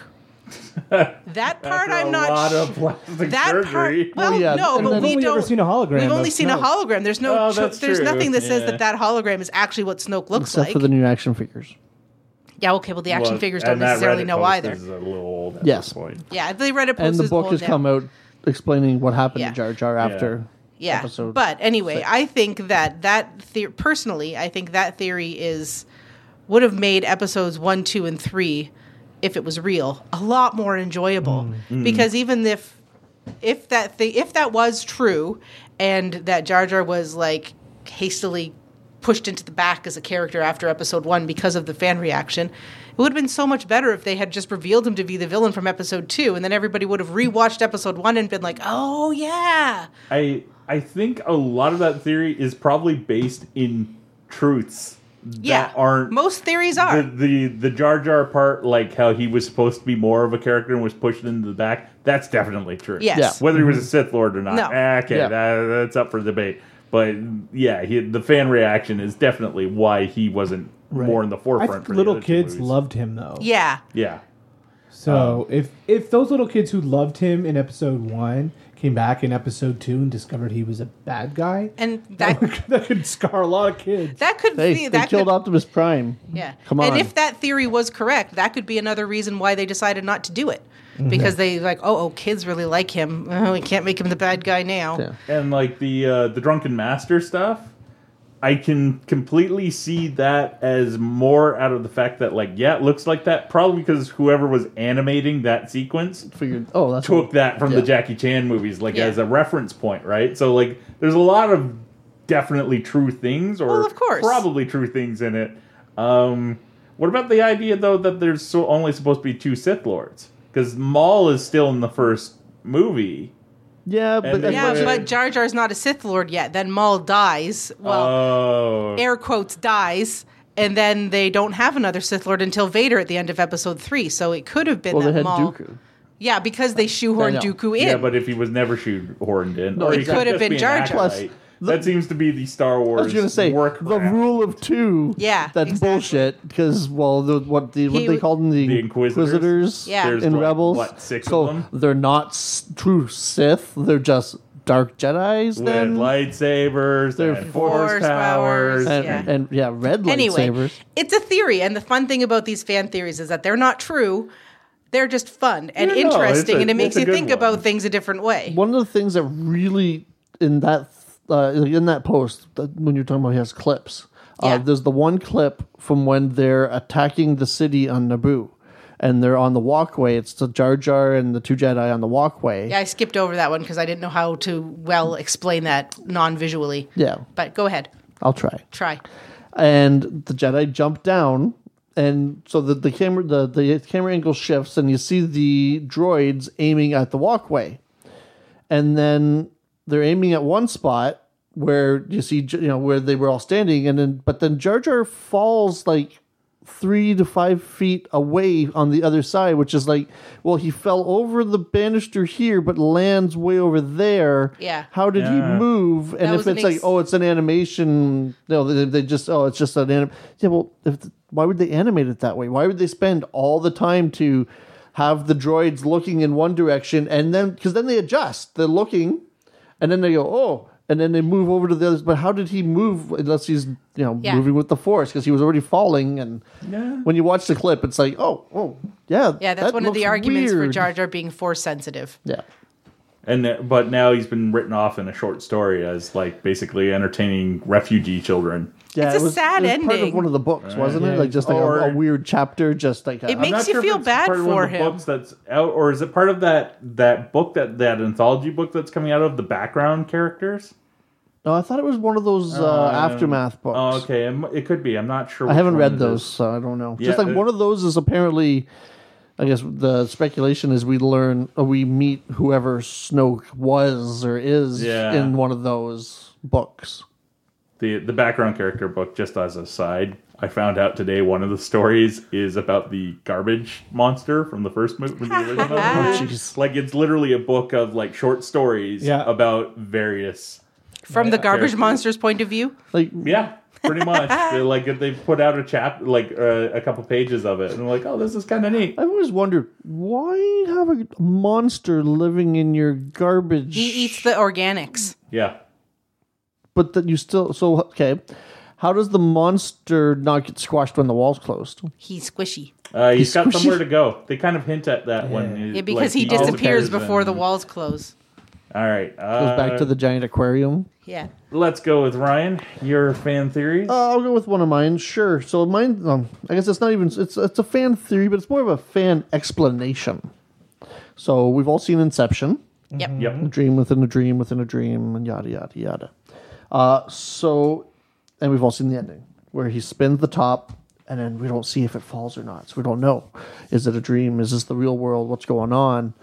S4: that part
S3: After
S4: I'm
S3: a
S4: not
S3: lot
S4: sure.
S3: of (laughs) plastic
S4: that
S3: surgery.
S4: part. Well,
S2: Oh, yeah,
S4: no,
S2: and
S4: but
S2: then-
S4: we
S5: We've
S4: don't.
S5: only ever seen a hologram
S4: We've only
S5: of
S4: seen a
S5: Snoke.
S4: hologram. There's no.
S3: Oh,
S4: tr-
S3: that's
S4: there's
S3: true.
S4: nothing that says
S3: Yeah.
S4: that that hologram is actually what Snoke looks
S2: except
S4: like.
S2: for the new action figures.
S4: yeah. Okay. Well, the
S3: (laughs)
S4: action
S3: Well,
S4: figures
S3: and
S4: don't
S3: that
S4: necessarily
S3: Reddit
S4: know
S3: post
S4: either.
S3: Is a little old at
S2: Yes.
S3: this point.
S4: Yeah, they read a post.
S2: And the
S4: is
S2: book
S4: old
S2: has
S4: now.
S2: come out explaining what happened
S4: Yeah.
S2: to Jar Jar after.
S4: yeah
S2: episode
S4: but anyway i think that that the- personally i think that theory is would have made episodes one two and three if it was real a lot more enjoyable because even if if that thi- if that was true and that jar jar was like hastily pushed into the back as a character after episode one because of the fan reaction it would have been so much better if they had just revealed him to be the villain from episode two and then everybody would have rewatched episode one and been like oh yeah
S3: I I think a lot of that theory is probably based in truths that
S4: yeah,
S3: aren't
S4: most theories are.
S3: the, the the Jar Jar part, like how he was supposed to be more of a character and was pushed into the back. That's definitely true.
S4: yes.
S2: Yeah.
S3: Whether he was a
S5: Mm-hmm.
S3: Sith Lord or not,
S4: No.
S3: eh, okay,
S2: Yeah.
S3: that, that's up for debate. But yeah, he, the fan reaction is definitely why he wasn't more in the
S5: I
S3: forefront.
S5: think
S3: for the
S5: little
S3: other two
S5: kids
S3: movies.
S5: loved him though.
S4: Yeah.
S3: Yeah,
S5: So if if those little kids who loved him in episode one came back in episode two and discovered he was a bad guy, (laughs)
S4: And
S3: (laughs)
S4: that
S5: that could scar a lot of kids.
S4: that could
S2: They,
S4: be
S2: they
S4: that
S2: killed
S4: could,
S2: Optimus Prime.
S4: Yeah.
S2: Come
S4: And
S2: on.
S4: if that theory was correct, that could be another reason why they decided not to do it.
S2: Mm-hmm.
S4: Because they like, oh, oh, kids really like him. Oh, we can't make him the bad guy now.
S2: Yeah.
S3: and like the uh, the drunken master stuff i can completely see that as more out of the fact that like yeah it looks like that probably because whoever was animating that sequence
S2: Figured, oh, that's
S3: took that from
S2: Yeah.
S3: the jackie chan movies like
S4: Yeah.
S3: as a reference point right so like there's a lot of definitely true things or
S4: Well, of course.
S3: probably true things in it um what about the idea though that there's so only supposed to be two sith lords because maul is still in the first movie
S2: Yeah, but,
S3: they-
S2: that's
S4: Yeah,
S2: what-
S4: but Jar Jar's not a Sith Lord yet. Then Maul dies. Well,
S3: oh
S4: air quotes dies. And then they don't have another Sith Lord until Vader at the end of episode three. So it could have been
S2: well, they had
S4: that Maul.
S2: Dooku.
S4: Yeah, because they shoehorned
S2: I know.
S4: Dooku in.
S3: Yeah, but if he was never shoehorned in, or
S2: it
S3: he
S2: could
S4: have
S3: just
S4: been
S3: an
S4: Jar Jar.
S3: acolyte.
S2: Plus,
S3: that seems to be the Star Wars.
S2: I was gonna say
S3: work
S2: the rule of two.
S4: Yeah,
S2: that's
S4: exactly.
S2: bullshit. Because well, the, what the what
S4: He
S2: they
S4: w-
S2: called them the,
S3: The Inquisitors?
S4: Yeah. There's
S2: in
S3: what-
S2: Rebels.
S3: what, six
S2: so
S3: of them?
S2: they're not s- true Sith. They're just dark Jedi's.
S3: with
S2: Then
S3: lightsabers
S2: They're
S3: and
S2: force
S3: force, powers.
S4: powers,
S2: and,
S4: yeah.
S2: and yeah, red
S4: anyway,
S2: lightsabers.
S4: it's a theory, and the fun thing about these fan theories is that they're not true. They're just fun and
S3: Yeah, no, it's
S4: interesting,
S3: a-
S4: and it
S3: it's
S4: makes
S3: a
S4: you
S3: good
S4: think
S3: one.
S4: about things a different way.
S2: One of the things that really in that uh, in that post that when you're talking about he has clips.
S4: Yeah.
S2: Uh, there's the one clip from when they're attacking the city on Naboo, and they're on the walkway. It's the Jar Jar and the two Jedi on the walkway.
S4: Yeah, I skipped over that one because I didn't know how to well explain that non-visually.
S2: Yeah.
S4: but go ahead,
S2: I'll try.
S4: try.
S2: and the Jedi jump down, and so the, the camera the, the camera angle shifts, and you see the droids aiming at the walkway, and then they're aiming at one spot where you see J- you know where they were all standing, and then but then Jar Jar falls like three to five feet away on the other side, which is like, well, he fell over the banister here, but lands way over there.
S4: Yeah.
S2: How did he move? And
S4: That
S2: if
S4: was an
S2: it's like,
S4: ex-
S2: oh, it's an animation, no, they, they just, oh, it's just an anim. Yeah, well, if, why would they animate it that way? Why would they spend all the time to have the droids looking in one direction and then, because then they adjust, they're looking, and then they go, oh. And then they move over to the others. But how did he move? Unless he's, you know,
S4: Yeah.
S2: moving with the force because he was already falling. And
S3: Yeah.
S2: when you watch the clip, it's like, oh, oh, yeah,
S4: Yeah, that's
S2: that
S4: one of the
S2: looks
S4: arguments for
S2: weird.
S4: Jar Jar being force sensitive.
S2: Yeah,
S3: And th- but now he's been written off in a short story as like basically entertaining refugee children.
S2: Yeah,
S4: It's a sad
S2: it was Part of
S4: ending.
S2: one of the books, wasn't
S5: Yeah.
S2: it? Like just like a-
S3: Or-
S2: a, weird chapter, just like a,
S4: It makes you feel bad
S3: part of one
S4: for
S3: of the
S4: him.
S3: Books that's out, or is it part of that that book that that anthology book that's coming out of the background characters?
S2: no. I thought it was one of those uh, aftermath books.
S3: Oh, okay, it, m- it could be. I'm not sure.
S2: I
S3: which
S2: haven't
S3: one it
S2: read
S3: is.
S2: those, so I don't know.
S3: Yeah,
S2: Just like
S3: they're-
S2: one of those is apparently, I guess the speculation is we learn uh, we meet whoever Snoke was or is
S3: Yeah.
S2: in one of those books.
S3: The the background character book. Just as a side, I found out today one of the stories is about the garbage monster from the first movie. From the original
S2: (laughs)
S3: movie.
S2: Oh, Jeez.
S3: Like it's literally a book of like short stories
S5: Yeah.
S3: about various.
S4: From the garbage
S3: Character.
S4: monster's point of view,
S2: Like
S3: Yeah, pretty
S4: (laughs)
S3: much. They're like they put out a chap, like uh, a couple pages of it, and I'm like, oh, this is kind of neat.
S2: I've always wondered why have a monster living in your garbage?
S4: he eats the organics.
S3: Yeah.
S2: but that you still so okay. How does the monster not get squashed when the wall's closed?
S4: He's squishy.
S3: Uh, he's got
S2: squishy.
S3: somewhere to go. They kind of hint at that when
S4: Yeah, because he disappears before the walls close.
S3: All right, uh,
S2: Goes back to the giant aquarium.
S4: Yeah.
S3: Let's go with Ryan. Your fan theories.
S2: Uh, I'll go with one of mine. Sure. So mine, um, I guess it's not even it's it's a fan theory, but it's more of a fan explanation. So we've all seen Inception,
S4: Yep.
S3: yep.
S2: a dream within a dream within a dream, and yada yada yada. Uh, so, and we've all seen the ending where he spins the top, and then we don't see if it falls or not. So we don't know. Is it a dream? Is this the real world? What's going on?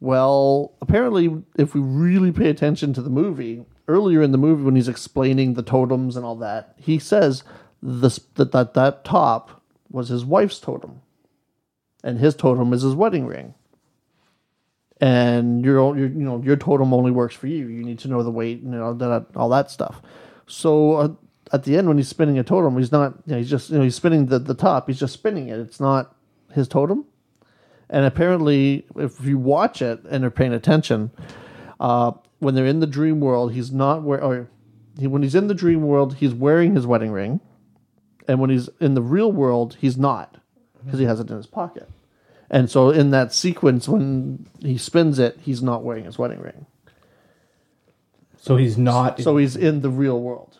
S2: Well, apparently, if we really pay attention to the movie, earlier in the movie when he's explaining the totems and all that, he says this that that, that top was his wife's totem, and his totem is his wedding ring. And your own, your, you know, your totem only works for you. You need to know the weight and all that, all that stuff. So uh, at the end, when he's spinning a totem, he's not. You know, he's just you know he's spinning the the top. He's just spinning it. It's not his totem. And apparently, if you watch it and are paying attention, uh, when they're in the dream world, he's not wearing. Or he, when he's in the dream world, he's wearing his wedding ring, and when he's in the real world, he's not because he has it in his pocket. And so, in that sequence, when he spins it, he's not wearing his wedding ring.
S5: So he's not.
S2: So he's in the real world.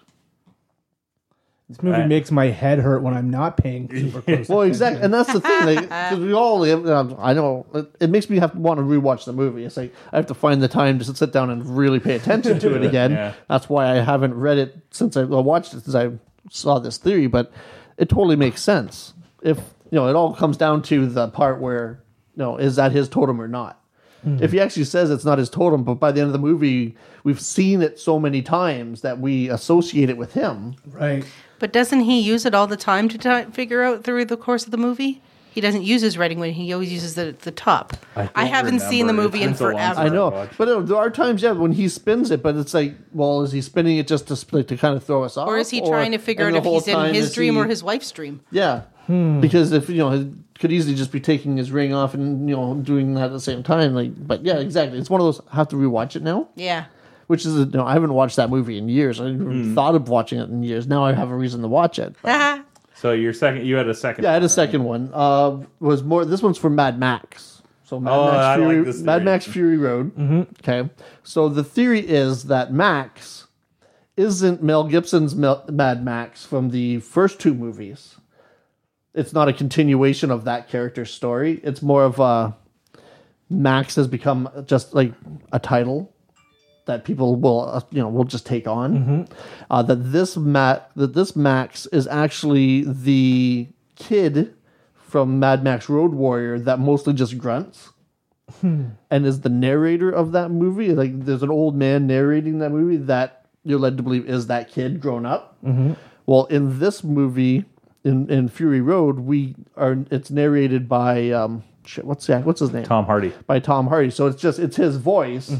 S5: this movie makes my head hurt when I'm
S3: (laughs)
S5: not paying super close.
S2: Well, exactly, and that's the thing. Like, 'cause we all, um, I know, it, it makes me have to want to rewatch the movie. It's like I have to find the time to sit down and really pay attention
S3: (laughs)
S2: to it again.
S3: Yeah.
S2: That's why I haven't read it since I well, watched it since I saw this theory. But it totally makes sense. If you know, it all comes down to the part where you know is that his totem or not.
S3: Hmm.
S2: If he actually says it's not his totem, but by the end of the movie, we've seen it so many times that we associate it with him.
S5: Right.
S4: But doesn't he use it all the time to ti figure out through the course of the movie? He doesn't use his writing when he always uses it at the top. I,
S3: don't
S4: haven't seen the
S3: remember.
S4: movie in
S3: It's been so long
S4: forever.
S2: I know,
S3: Watch.
S2: but uh, there are times, yeah, when he spins it, but it's like, well, is he spinning it just to split to kind of throw us off,
S4: Or is he trying to figure
S2: and
S4: out
S2: the
S4: if
S2: whole
S4: he's in
S2: time
S4: his
S2: is
S4: dream
S2: he-
S4: or his wife's dream?
S2: yeah? Because if you know, he could easily just be taking his ring off and you know doing that at the same time, like. But yeah, exactly. It's one of those. I have to rewatch it now,
S4: Yeah.
S2: which is you know, I haven't watched that movie in years. I haven't even thought of watching it in years. Now I have a reason to watch it. But-
S4: Ah,
S3: So your second, you had a second.
S2: yeah, I had a
S3: one,
S2: second one. Uh, was more. This one's from Mad Max. So Mad
S3: Oh, I
S2: Max Fury,
S3: like this theory. Mm-hmm.
S2: Mad Max Fury Road. Okay, so the theory is that Max isn't Mel Gibson's Mel- Mad Max from the first two movies. It's not a continuation of that character's story. It's more of a Max has become just like a title that people will uh, you know will just take on. Uh, that this Matt that this Max is actually the kid from Mad Max Road Warrior that mostly just grunts and is the narrator of that movie. Like there's an old man narrating that movie that you're led to believe is that kid grown up. Well, in this movie, in, in Fury Road, we are it's narrated by um shit, what's that? What's his name?
S3: Tom Hardy.
S2: by Tom Hardy. So it's just it's his voice.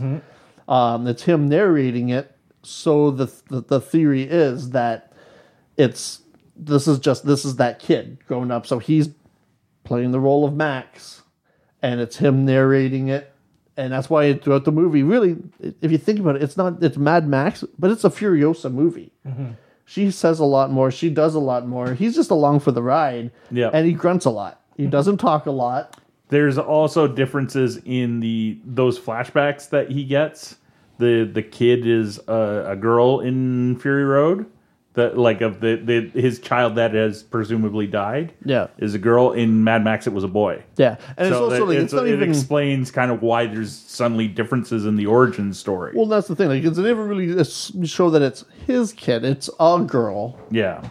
S2: Um, it's him narrating it. So the, the the theory is that it's this is just this is that kid growing up. So he's playing the role of Max, and it's him narrating it. And that's why throughout the movie, really, if you think about it, it's not it's Mad Max, but it's a Furiosa movie. She says a lot more. She does a lot more. He's just along for the ride.
S3: Yeah.
S2: and he grunts a lot. He doesn't talk a lot.
S3: There's also differences in the those flashbacks that he gets. The the kid is a, a girl in Fury Road. That like of the, the his child that has presumably died.
S2: Yeah.
S3: is a girl in Mad Max. It was a boy.
S2: Yeah, and it's
S3: so
S2: also
S3: that-
S2: like it's,
S3: it's-
S2: not
S3: it
S2: even.
S3: explains kind of why there's suddenly differences in the origin story.
S2: well, that's the thing. Like, 'cause they never really s- show that it's his kid. It's a girl,
S3: yeah,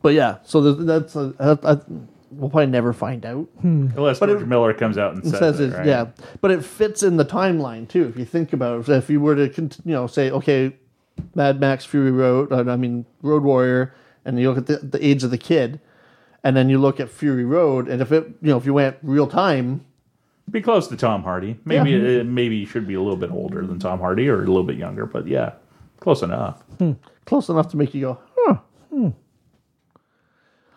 S2: but yeah. So th- that's a, a, a, we'll probably never find out.
S3: unless George Miller comes out and says,
S2: says
S3: it,
S2: it,
S3: right?
S2: yeah, but it fits in the timeline too. If you think about it, if you were to cont- you know say okay, Mad Max Fury Road, uh, I mean Road Warrior, and you look at the, the age of the kid, and then you look at Fury Road, and if it you know if you went real time,
S3: be close to Tom Hardy. Maybe uh, maybe he should be a little bit older than Tom Hardy or a little bit younger, but yeah, close enough.
S2: close enough to make you go, huh. hmm.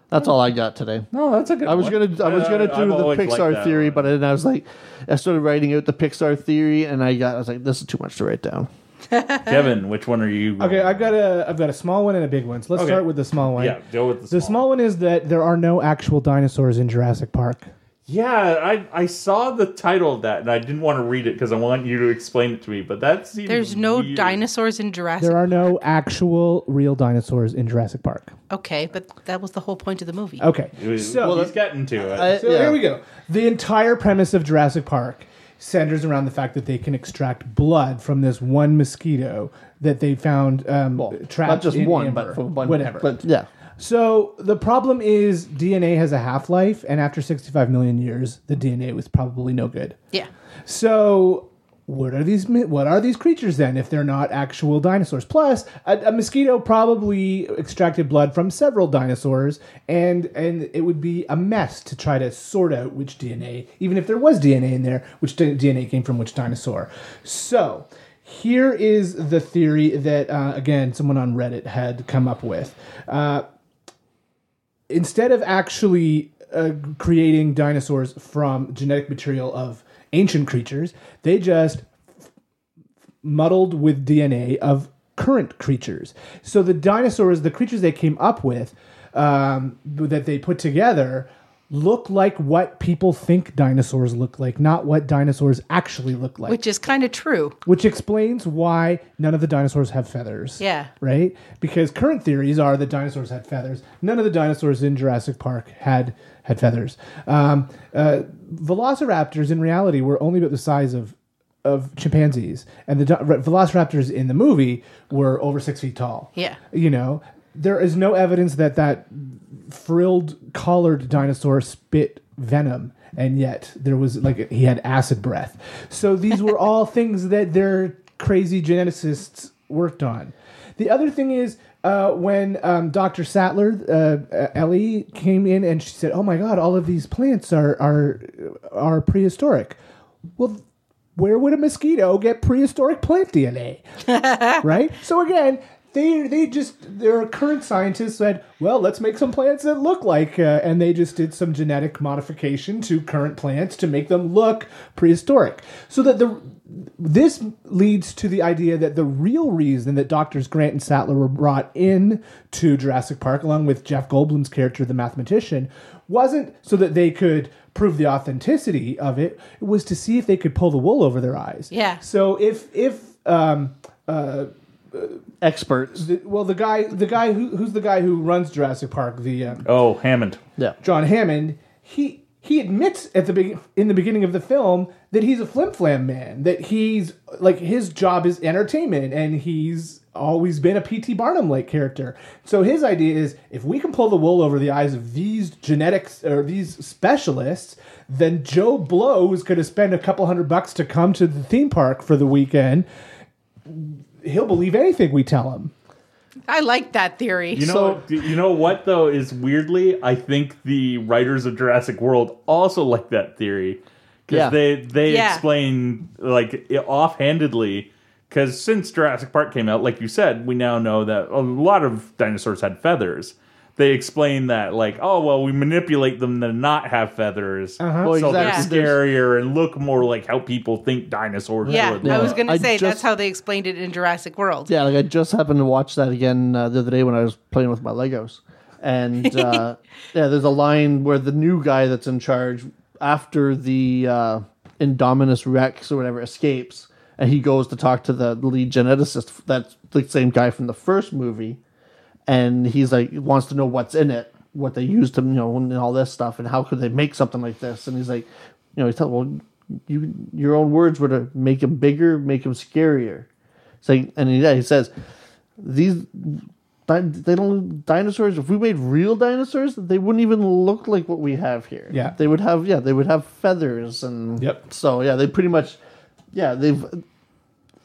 S2: That's all I got today.
S3: No, Oh, that's a good.
S2: I was gonna I was gonna do the Pixar theory, but then I was like, I started writing out the Pixar theory, and I got I was like, this is too much to write down.
S3: Uh, Kevin, which one are you?
S5: Okay, I've got a I've got a small one and a big one. So let's
S3: Okay.
S5: start with the small one.
S3: yeah, go with the,
S5: The
S3: small.
S5: small one is that there are no actual dinosaurs in Jurassic Park.
S3: Yeah, I I saw the title of that and I didn't want to read it because I want you to explain it to me. But that seems
S4: (laughs) There's no
S3: weird.
S4: dinosaurs in Jurassic.
S5: There are no actual real dinosaurs in Jurassic Park.
S4: okay, but that was the whole point of the movie.
S5: Okay.
S3: So
S5: So-
S3: he's gotten to it.
S2: I-
S5: So
S2: yeah.
S5: here we go. The entire premise of Jurassic Park centers around the fact that they can extract blood from this one mosquito that they found um, trapped.
S2: Not just
S5: in
S2: one,
S5: amber.
S2: but from one,
S5: whatever.
S2: But yeah,
S5: so the problem is DNA has a half life, and after 65 million years, the DNA was probably no good.
S4: Yeah.
S5: So what are these mi- what are these creatures then if they're not actual dinosaurs? Plus, a, a mosquito probably extracted blood from several dinosaurs, and and it would be a mess to try to sort out which DNA, even if there was DNA in there, which di- DNA came from which dinosaur. So. Here is the theory that, uh, again, someone on Reddit had come up with. Uh, instead of actually uh, creating dinosaurs from genetic material of ancient creatures, they just muddled with DNA of current creatures. So the dinosaurs, the creatures they came up with, um, that they put together, look like what people think dinosaurs look like, not what dinosaurs actually look like.
S4: Which is kind of true.
S5: which explains why none of the dinosaurs have feathers
S4: Yeah.
S5: right? Because current theories are that dinosaurs had feathers. None of the dinosaurs in Jurassic Park had had feathers. Um, uh, velociraptors, in reality, were only about the size of of chimpanzees, and the di- re- velociraptors in the movie were over six feet tall.
S4: Yeah.
S5: you know. There is no evidence that that frilled collared dinosaur spit venom and yet there was like he had acid breath so these were all things that their crazy geneticists worked on the other thing is uh, when um, dr sattler uh, uh, ellie came in and she said oh my god all of these plants are are are prehistoric well where would a mosquito get prehistoric plant dna (laughs) right? So again, they they just their current scientists said, well, let's make some plants that look like, uh, and they just did some genetic modification to current plants to make them look prehistoric. So that the this leads to the idea that the real reason that doctors Grant and Sattler were brought in to Jurassic Park, along with Jeff Goldblum's character, the mathematician, wasn't so that they could prove the authenticity of it. It was to see if they could pull the wool over their eyes.
S4: Yeah.
S5: So if if um,
S2: experts.
S5: the, well, the guy, the guy who, who's the guy who runs Jurassic Park, the um,
S3: oh, Hammond.
S2: Yeah,
S5: John Hammond, he he admits at the be- in the beginning of the film that he's a flim flam man, that he's like his job is entertainment, and he's always been a P.T. Barnum like character. So his idea is if we can pull the wool over the eyes of these genetics or these specialists, then Joe Blow is going to spend a couple hundred bucks to come to the theme park for the weekend. He'll believe anything we tell him.
S4: I like that theory.
S3: You know, you know what though is weirdly, I think the writers of Jurassic World also like that theory because
S2: Yeah.
S3: they they
S4: Yeah.
S3: explain like it offhandedly. Because since Jurassic Park came out, like you said, we now know that a lot of dinosaurs had feathers. They explain that like, oh well, we manipulate them to not have feathers,
S2: Uh-huh. Well,
S3: so
S2: exactly.
S3: they're
S2: Yeah.
S3: scarier and look more like how people think dinosaurs
S4: yeah,
S3: would
S4: I
S3: look.
S4: was going
S2: I
S4: to say that's
S2: just-
S4: how they explained it in Jurassic World.
S2: Yeah, like I just happened to watch that again uh, the other day when I was playing with my Legos, and uh, yeah, there's a line where the new guy that's in charge after the uh, Indominus Rex or whatever escapes, and he goes to talk to the lead geneticist. That's the same guy from the first movie, and he's like wants to know what's in it, what they used to, you know, and all this stuff, and how could they make something like this? And he's like, you know, he's telling well, you your own words were to make him bigger, make him scarier. It's like, and he, yeah, he says these di- they don't dinosaurs if we made real dinosaurs they wouldn't even look like what we have here
S5: Yeah.
S2: they would have yeah they would have feathers and
S5: Yep.
S2: so yeah they pretty much yeah they've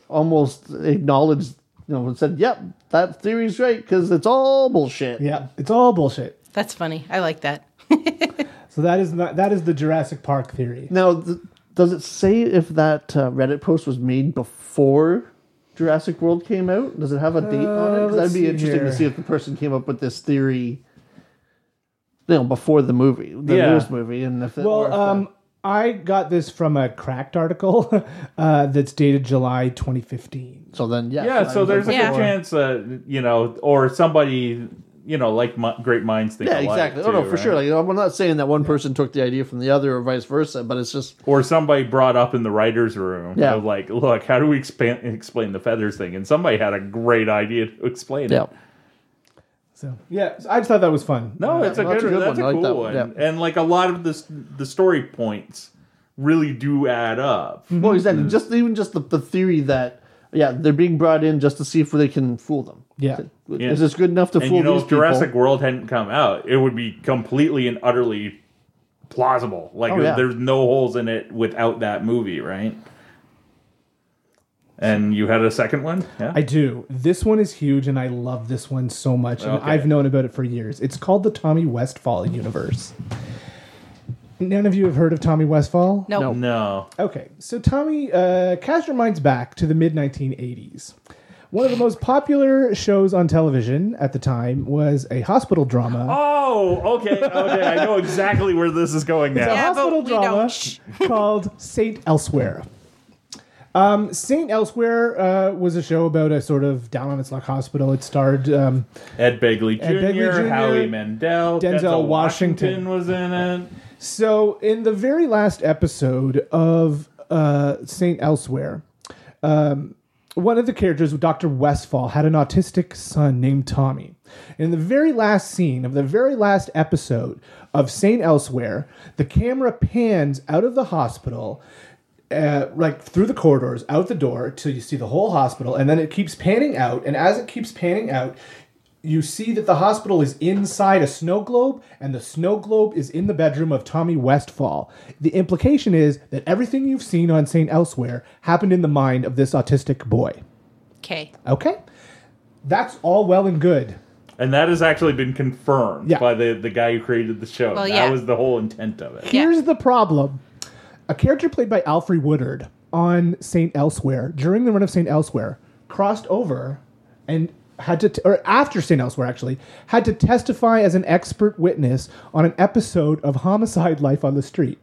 S2: almost acknowledged you know and said yep that theory's right because it's all bullshit
S5: Yeah, it's all bullshit.
S4: That's funny. I like that.
S5: So that is not, that is the Jurassic Park theory.
S2: now th- does it say if that uh, reddit post was made before Jurassic World came out? Does it have a date on it?
S5: Uh,
S2: Because that'd
S5: let's
S2: be
S5: see
S2: interesting
S5: here.
S2: to see if the person came up with this theory, you know, before the movie, the
S3: Yeah.
S2: newest movie, and if it, or if
S5: Well,
S2: the-
S5: um, I got this from a cracked article (laughs) uh, that's dated July 2015.
S2: so then yeah,
S3: Yeah, so there's a
S4: Yeah.
S3: good chance, uh, you know, or somebody, you know, like mi- great minds think
S2: yeah,
S3: alike.
S2: exactly. oh
S3: too,
S2: no, for
S3: right?
S2: sure. Like I'm not saying that one person took the idea from the other or vice versa, but it's just
S3: or somebody brought up in the writers' room
S2: Yeah.
S3: of like, look, how do we expand, explain the feathers thing? And somebody had a great idea to explain
S2: yeah,
S3: it.
S5: So yeah, so I just thought that was fun.
S3: No, it's a
S2: well,
S3: good,
S2: that's a good one.
S3: that's
S2: I
S3: a
S2: like
S3: cool
S2: that
S3: one,
S2: one, yeah.
S3: and like a lot of this, the story points really do add up.
S2: well exactly. Just even just the, the theory that yeah they're being brought in just to see if they can fool them.
S5: Yeah.
S3: Yeah.
S2: Is this good enough to
S3: And
S2: fool
S3: you know,
S2: these
S3: if Jurassic
S2: people?
S3: World hadn't come out, it would be completely and utterly plausible. Like
S2: Oh, yeah.
S3: there's no holes in it without that movie, right? And you had a second one, yeah.
S5: I do. This one is huge, and I love this one so much. And
S3: Okay.
S5: I've known about it for years. It's called the Tommy Westfall universe. None of you have heard of Tommy Westfall?
S4: No.
S3: no,
S5: Okay, so Tommy, uh, cast your minds back to the mid 1980s. One of the most popular shows on television at the time was a hospital drama
S3: Oh, okay, okay. I know exactly where this is going now.
S4: Yeah, but
S5: hospital
S4: we
S5: drama
S4: don't. Shh.
S5: (laughs) called Saint Elsewhere. Um, Saint Elsewhere uh, was a show about a sort of down on its luck hospital. It starred um,
S3: Ed Begley Jr.,
S5: Ed Begley Jr.,
S3: Howie Mandel,
S5: Denzel
S3: Denzel,
S5: Washington.
S3: Washington. was in it.
S5: So, in the very last episode of uh, Saint Elsewhere, um, one of the characters, Dr. Westfall, had an autistic son named Tommy. In the very last scene of the very last episode of Saint Elsewhere, the camera pans out of the hospital. Uh, like through the corridors, out the door, till you see the whole hospital, and then it keeps panning out. And as it keeps panning out, you see that the hospital is inside a snow globe, and the snow globe is in the bedroom of Tommy Westfall. The implication is that everything you've seen on St. Elsewhere happened in the mind of this autistic boy.
S4: Okay.
S5: Okay? That's all well and good.
S3: And that has actually been confirmed
S5: Yeah.
S3: by the, the guy who created the show.
S4: Well,
S3: that
S4: yeah.
S3: was the whole intent of it.
S4: Yeah.
S5: Here's the problem a character played by Alfred Woodard on St. Elsewhere during the run of St. Elsewhere crossed over and had to, t- or after St. Elsewhere actually, had to testify as an expert witness on an episode of Homicide Life on the Street.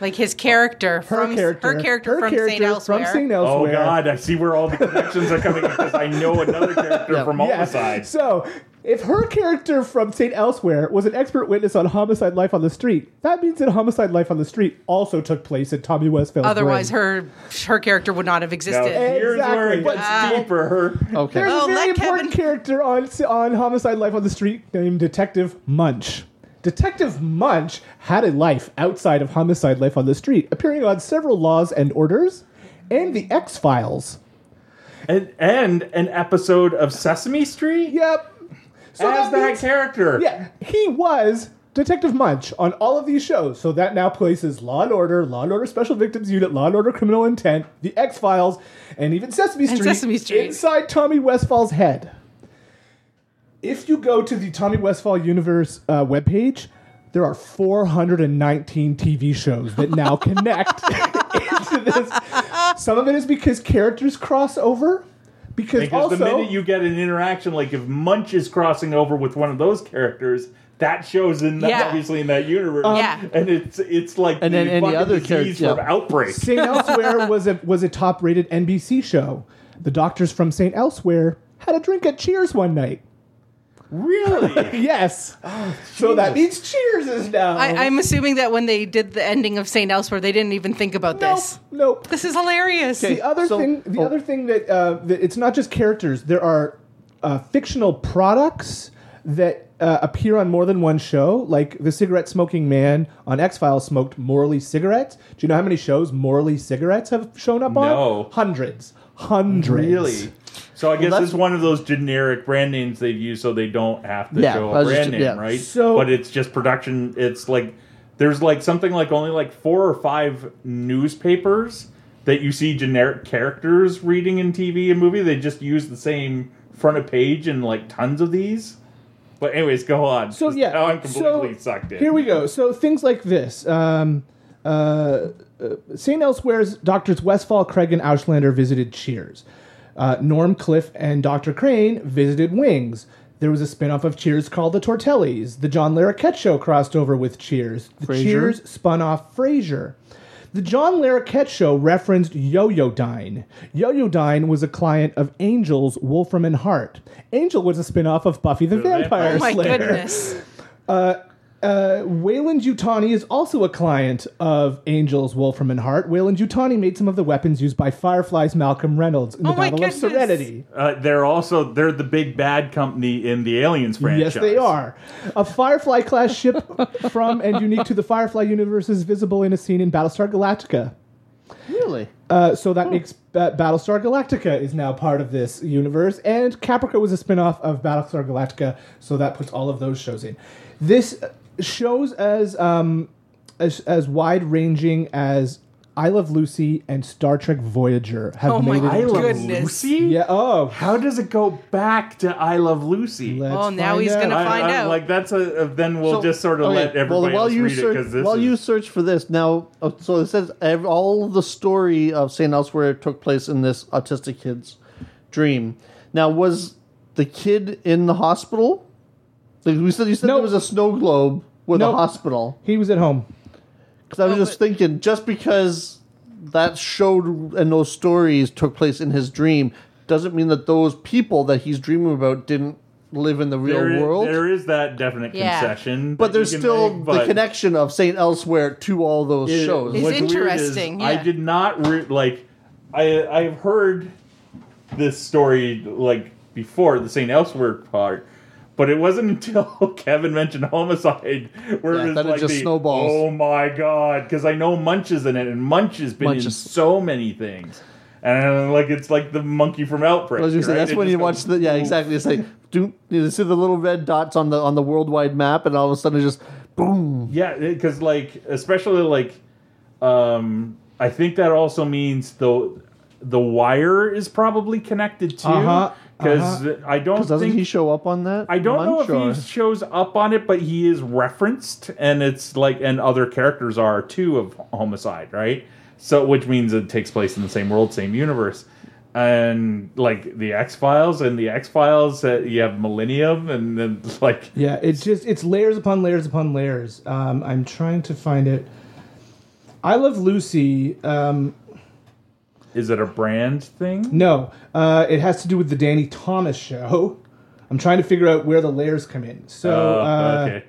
S4: Like his character
S5: Her
S4: from
S5: character,
S4: her character
S5: her
S4: from Saint
S5: character
S4: Elsewhere.
S5: From St.
S3: Oh
S5: Elsewhere.
S3: God! I see where all the connections are coming because I know another character from
S5: Yeah.
S3: Homicide.
S5: So, if her character from St. Elsewhere was an expert witness on Homicide Life on the Street, that means that Homicide Life on the Street also took place in Tommy Westphal's
S4: Otherwise,
S5: brain.
S4: her her character would not have
S3: Now
S4: existed.
S3: here's where
S5: Exactly.
S3: it gets
S5: Ah.
S3: deeper.
S2: Okay,
S5: There's
S4: Oh,
S5: a very
S4: let Kevin-
S5: important character on, on Homicide Life on the Street named Detective Munch. Detective Munch had a life outside of Homicide Life on the Street, appearing on several laws and orders and the X Files.
S3: And, and an episode of Sesame Street
S5: Yep. So
S3: as
S5: that
S3: that
S5: means-
S3: character.
S5: Yeah, he was Detective Munch on all of these shows. So that now places Law and Order, Law and Order Special Victims Unit, Law and Order Criminal Intent, The X Files, and even Sesame Street,
S4: Sesame Street.
S5: inside Tommy Westfall's head. If you go to the Tommy Westfall Universe uh, webpage, there are 419 TV shows that
S4: (laughs)
S5: now connect into this. Some of it is because characters cross over. Because,
S3: Because
S5: also,
S3: the minute you get an interaction, like if Munch is crossing over with one of those characters, that shows in that,
S4: Yeah.
S3: obviously in that universe.
S4: Yeah.
S3: and it's it's like
S2: And then any
S3: fucking
S2: other
S3: disease
S2: character-
S3: from
S2: yeah.
S3: outbreak.
S5: St. Elsewhere was a was a top rated NBC show. The doctors from St. Elsewhere had a drink at Cheers one night.
S3: Really?
S5: (laughs) Yes. so that means Cheers is now.
S4: I, I'm assuming that when they did the ending of St. Elsewhere, they didn't even think about
S5: nope.
S4: this.
S5: Nope.
S4: This is hilarious.
S5: The other
S2: so-
S5: thing, the
S2: oh.
S5: other thing that, uh, that it's not just characters. There are uh, fictional products that uh, appear on more than one show. Like the cigarette smoking man on X Files smoked Morley cigarettes. Do you know how many shows Morley cigarettes have shown up on?
S3: No.
S5: hundreds, hundreds.
S3: really? So I guess
S2: that's-
S3: it's one of those generic brand names they've used, so they don't have to
S2: Yeah,
S3: show
S2: I
S3: a
S2: was just-
S3: brand name,
S2: yeah.
S3: right?
S5: So-
S3: but it's just production. It's like there's like something like only like four or five newspapers that you see generic characters reading in TV and movie. They just use the same front of page and like tons of these. But anyways, go on.
S5: So yeah,
S3: now I'm
S5: so
S3: completely sucked in.
S5: Here we go. So things like this. Um, uh, uh, St. Elsewhere's doctors Westfall, Craig, and Auslander visited Cheers. Uh, Norm Cliff and Dr. Crane visited Wings. There was a spin-off of Cheers called The Tortellis. The John Larroquette show crossed over with Cheers. The
S2: Frasier.
S5: Cheers spun off Frasier. The John Larroquette show referenced Yo-Yo Dine. Yo-Yo Dine was a client of Angel's Wolfram and Hart. Angel was a spin-off of Buffy the Vampire
S4: oh my
S5: Slayer.
S4: goodness.
S5: Wayland Yutani is also a client of Angels, Wolfram, and Hart. Wayland Yutani made some of the weapons used by Firefly's Malcolm Reynolds in the
S4: Oh my
S5: Battle
S4: goodness.
S5: of Serenity.
S3: Uh, they're also they're the big bad company in the Aliens franchise.
S5: Yes, they are. A Firefly class ship from and unique to the Firefly universe is visible in a scene in Battlestar Galactica.
S2: Really?
S5: Uh, so
S4: Hmm.
S5: that makes uh, Battlestar Galactica is now part of this universe, and Caprica was a spin-off of Battlestar Galactica, so that puts all of those shows in. This uh, shows as um, as, as wide-ranging as I Love Lucy and Star Trek Voyager have
S4: Oh my
S5: made it.
S3: I
S5: into-
S3: love
S4: Goodness.
S3: Lucy.
S5: yeah. Oh.
S3: How does it go back to I Love Lucy?
S5: let's
S4: Oh, now
S5: find
S4: he's gonna
S5: out.
S3: I,
S4: find
S3: I'm
S4: out.
S3: Like that's a uh, then we'll
S2: So-
S3: just sort of
S2: okay,
S3: let everybody
S2: well, while
S3: else
S2: you
S3: read it
S2: search,
S3: because this
S2: while
S3: is
S2: you search for this now. oh, So it says ev- all the story of St. Elsewhere took place in this autistic kid's dream. Now, was the kid in the hospital? Like we said, you said
S5: No.
S2: there was a snow globe with
S5: No.
S2: a hospital.
S5: He was at home.
S2: Because I was
S4: Oh,
S2: just thinking, just because that showed and those stories took place in his dream doesn't mean that those people that he's dreaming about didn't live in the real
S3: there,
S2: world.
S3: there is that definite
S4: Yeah.
S3: concession,
S2: but there's
S3: that you can
S2: still
S3: make,
S2: the
S3: but
S2: connection of St. Elsewhere to all those
S3: it-
S2: shows.
S4: It's
S3: what's weird is
S4: interesting,
S3: I
S4: yeah.
S3: did not re- like. I I've heard this story like before the St. Elsewhere part. But it wasn't (laughs) until Kevin mentioned homicide where
S2: Yeah,
S3: it was
S2: then it
S3: like
S2: just
S3: the,
S2: snowballs.
S3: oh my god, because I know Munch is in it, and Munch has been
S2: Munch
S3: in
S2: is-
S3: so many things, and like it's like the monkey from Outbreak.
S2: I was gonna say
S3: right?
S2: that's
S3: It
S2: when
S3: just
S2: you
S3: goes,
S2: watch the yeah
S3: "Ooh."
S2: exactly. It's like do you see the little red dots on the on the worldwide map, and all of a sudden it's just boom.
S3: Yeah, because like especially like, um, I think that also means the the wire is probably connected too.
S5: Uh-huh,
S3: Because I don't
S2: Doesn't
S3: think
S2: he show up on that?
S3: I don't know if
S2: Munch,
S3: he
S2: or-
S3: shows up on it, but he is referenced, and it's like and other characters are too of homicide, right? So which means it takes place in the same world, same universe. And like the X Files and the X Files, uh, you have Millennium, and then like
S5: Yeah. It's just it's layers upon layers upon layers. Um, I'm trying to find it. I Love Lucy. Um,
S3: is it a brand thing?
S5: No, uh, it has to do with the Danny Thomas show. I'm trying to figure out where the layers come in. So,
S3: Oh,
S5: uh,
S3: okay.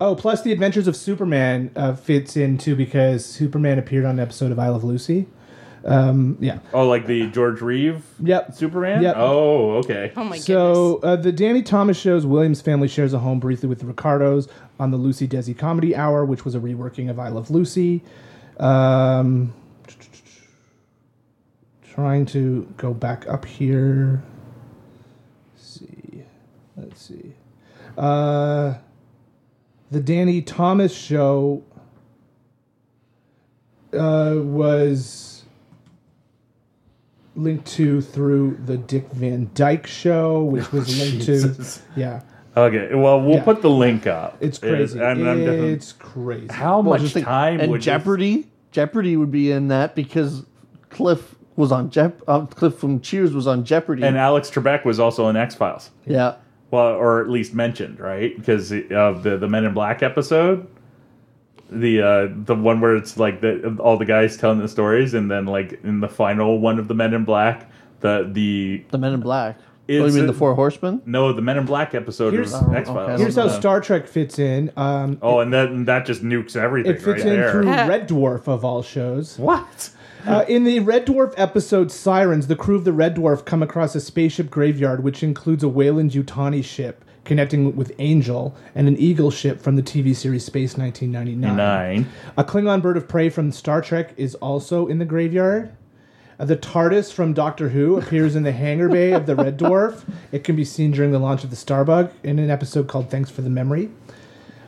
S5: oh, plus the Adventures of Superman uh, fits in too because Superman appeared on an episode of I Love Lucy. Um, yeah.
S3: Oh, like the George Reeve
S5: Yep.
S3: Superman?
S5: Yep.
S3: Oh, okay.
S4: Oh my
S5: So uh, the Danny Thomas shows Williams family shares a home briefly with the Ricardos on the Lucy Desi Comedy Hour, which was a reworking of I Love Lucy. Um, trying to go back up here. Let's see, let's see. Uh, the Danny Thomas show uh, was linked to through the Dick Van Dyke show, which was linked to
S3: Oh, Jesus.
S5: yeah.
S3: Okay. Well, we'll
S5: Yeah.
S3: put the link up.
S5: It's crazy.
S3: and I'm definitely-
S5: it's crazy.
S3: how
S2: Well,
S3: much
S2: just think-
S3: time
S2: and
S3: would this-
S2: Jeopardy? Jeopardy would be in that because Cliff was on Jep. Uh, Cliff from Cheers was on Jeopardy.
S3: and Alex Trebek was also in X Files.
S2: yeah,
S3: Well, or at least mentioned, right? Because of the the Men in Black episode, the uh, the one where it's like the all the guys telling the stories, and then like in the final one of the Men in Black, the the
S2: the Men in Black. Oh, you
S3: It's
S2: mean
S3: a-
S2: the Four Horsemen?
S3: No, the Men in Black episode
S5: Here's-
S3: of X Files.
S2: okay.
S5: Here's how Star Trek fits in. Um,
S3: oh, and that and that just nukes everything
S5: it fits
S3: Oh, right
S5: in
S3: there.
S5: through Red Dwarf of all shows.
S3: What?
S5: Uh, in the Red Dwarf episode Sirens, the crew of the Red Dwarf come across a spaceship graveyard which includes a Wayland Yutani ship connecting with Angel and an Eagle ship from the TV series Space 1999.
S3: Nine.
S5: A Klingon bird of prey from Star Trek is also in the graveyard. Uh, the TARDIS from Doctor Who appears in the hangar bay of the Red Dwarf. It can be seen during the launch of the Starbug in an episode called Thanks for the Memory.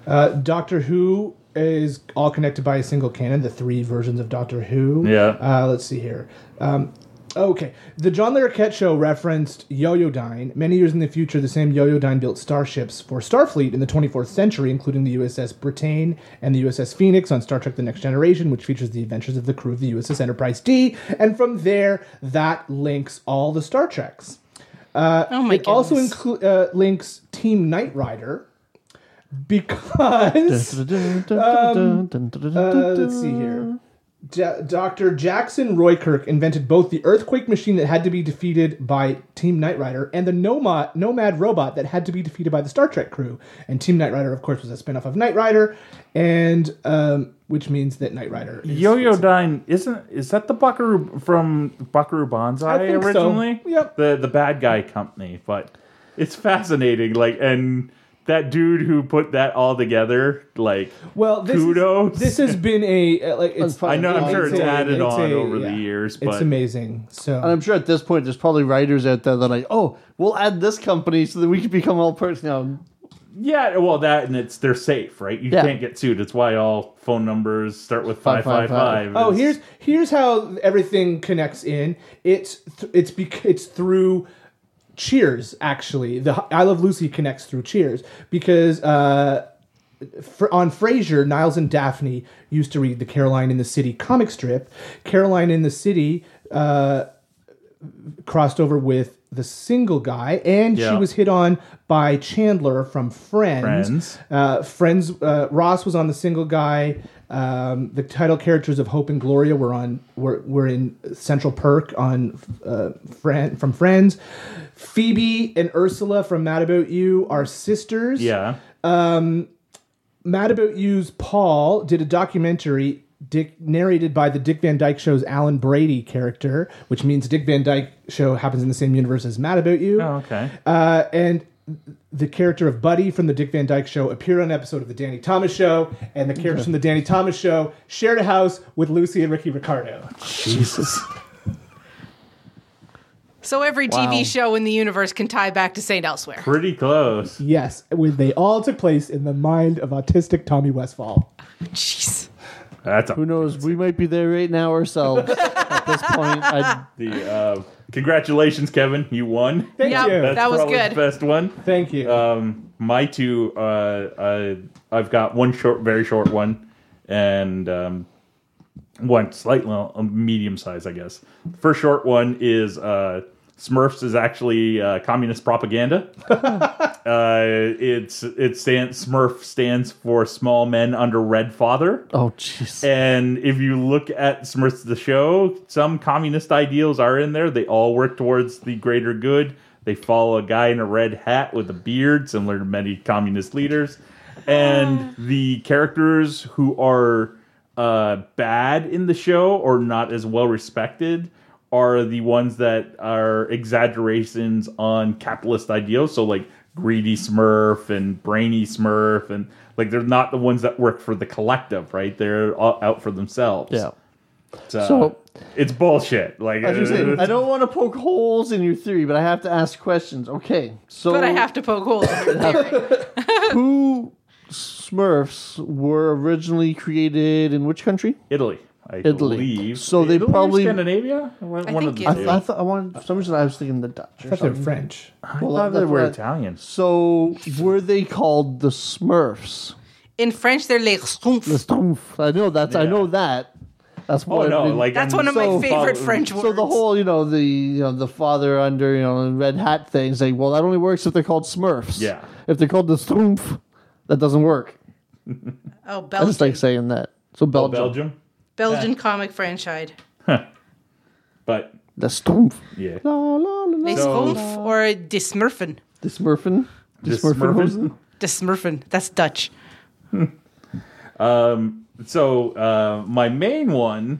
S5: Uh, Doctor Who is all connected by a single canon, the three versions of Doctor Who.
S3: Yeah.
S5: Uh, let's see here. Um, okay. The John Larroquette show referenced Yoyodyne. Many years in the future, the same Yoyodyne built starships for Starfleet in the 24th century, including the USS Britain and the USS Phoenix on Star Trek The Next Generation, which features the adventures of the crew of the USS Enterprise D. And from there, that links all the Star Treks.
S4: Oh my
S5: It also
S4: goodness.
S5: inclu- uh, links Team Knight Rider because uh, let's see here. Ja- Dr. Jackson Roykirk invented both the earthquake machine that had to be defeated by Team Knight Rider and the nomad, nomad robot that had to be defeated by the Star Trek crew. And Team Knight Rider, of course, was a spinoff of Knight Rider, and um, which means that Knight Rider. Is,
S3: Yo-Yo Dine isn't is that the Buckaroo from Buckaroo Banzai
S5: I think so.
S3: originally?
S5: Yep.
S3: The the bad guy company, but it's fascinating. Like and that dude who put that all together, like
S5: Well, this is-
S3: Kudos.
S5: this has been a uh, like it's.
S2: I
S3: I know I'm
S5: it's
S3: sure it's
S5: a-
S3: added
S5: it's
S3: on
S5: a-
S3: over
S5: yeah.
S3: the years,
S5: It's
S3: but
S5: amazing. So
S2: And I'm sure at this point, there's probably writers out there that are like, oh, we'll add this company so that we can become all parts now.
S3: yeah, well that and it's they're safe, right? You
S2: Yeah.
S3: can't get sued. It's why all phone numbers start with five
S2: Five,
S3: five
S2: five,
S3: five.
S5: Oh, here's here's how everything connects in. It's th- it's bec- it's through Cheers actually. The H- I Love Lucy connects through Cheers because uh, fr- on Frasier, Niles and Daphne used to read the Caroline in the City comic strip. Caroline in the City uh, crossed over with the single guy, and she
S3: Yeah.
S5: was hit on by Chandler from Friends.
S3: Friends.
S5: Uh, Friends. Uh, Ross was on the single guy. Um, the title characters of Hope and Gloria were on. Were, were in Central Perk on uh, Friend from Friends. Phoebe and Ursula from Mad About You are sisters.
S3: yeah.
S5: Mad About You's Paul did a documentary Dick narrated by the Dick Van Dyke Show's Alan Brady character, which means Dick Van Dyke Show happens in the same universe as Mad About You.
S3: Oh, okay.
S5: Uh, and the character of Buddy from the Dick Van Dyke Show appeared on an episode of the Danny Thomas Show, and the characters from the Danny Thomas Show shared a house with Lucy and Ricky Ricardo.
S3: Jesus.
S4: So every TV show in the universe can tie back to Saint Elsewhere.
S3: Pretty close.
S5: Yes, when they all took place in the mind of autistic Tommy Westfall.
S4: Jeez.
S3: That's a
S2: Who knows? We might be there right now
S4: (laughs)
S2: ourselves at this point. I,
S3: The uh, congratulations, Kevin. You won.
S5: Thank
S4: Yeah,
S5: you.
S4: that- was
S3: probably
S4: good.
S3: The best one.
S5: Thank you.
S3: Um, my two. Uh, uh, I've got one short, very short one, and um, one slightly well, medium size, I guess. First short one is uh, Smurfs is actually uh, communist propaganda. (laughs) uh, it's it stands Smurf stands for small men under red father.
S2: oh, jeez.
S3: And if you look at Smurfs the show, some communist ideals are in there. They all work towards the greater good. They follow a guy in a red hat with a beard, similar to many communist leaders. And the characters who are uh, bad in the show or not as well respected are the ones that are exaggerations on capitalist ideals. So like greedy Smurf and brainy Smurf, and like they're not the ones that work for the collective, right? They're all out for themselves.
S2: Yeah.
S3: so,
S2: So-
S3: it's bullshit. Like uh,
S2: I, was gonna say,
S3: it's-
S2: I don't want to poke holes in your theory, but I have to ask questions. Okay, so
S4: But I have to poke holes in
S5: (laughs)
S4: your theory.
S2: who Smurfs were originally created in which country?
S3: Italy. I
S2: Italy.
S3: believe.
S2: So they
S3: Italy or
S2: probably-
S3: Scandinavia. One,
S4: I
S3: one
S4: think
S3: of
S2: I,
S3: the
S4: Italy.
S3: two.
S2: I thought I wanted. For some reason, I was thinking the Dutch. Or
S5: But they're
S2: something.
S5: French.
S2: Well,
S3: I thought
S2: that-
S3: they were
S2: that's what I-
S3: Italian.
S2: So were they called the Smurfs?
S4: In French, they're like
S2: The Schtroumpf. I know that's. I
S3: Yeah.
S2: know that. That's
S3: Oh
S2: what
S3: no!
S2: I mean.
S3: Like
S4: That's
S3: I'm
S4: one of
S2: so-
S4: my favorite
S3: follow-
S4: French words.
S2: So the whole, you know, the you know the father under you know red hat thing is like, well, that only works if they're called Smurfs.
S3: Yeah.
S2: If they're called the Schtroumpf, that doesn't work.
S4: oh
S2: I
S4: Belgian,
S2: just like
S3: Oh,
S2: saying that. So Belgium.
S3: Belgium,
S4: Belgian comic franchise.
S3: but
S2: The Stumpf.
S3: Yeah.
S2: La, la, la, la.
S4: They
S3: So-
S4: Smurf or De Smurfen.
S2: The Smurfen. The
S3: The Smurfen?
S2: Smurfen.
S4: De Smurfen. That's Dutch.
S3: So uh, my main one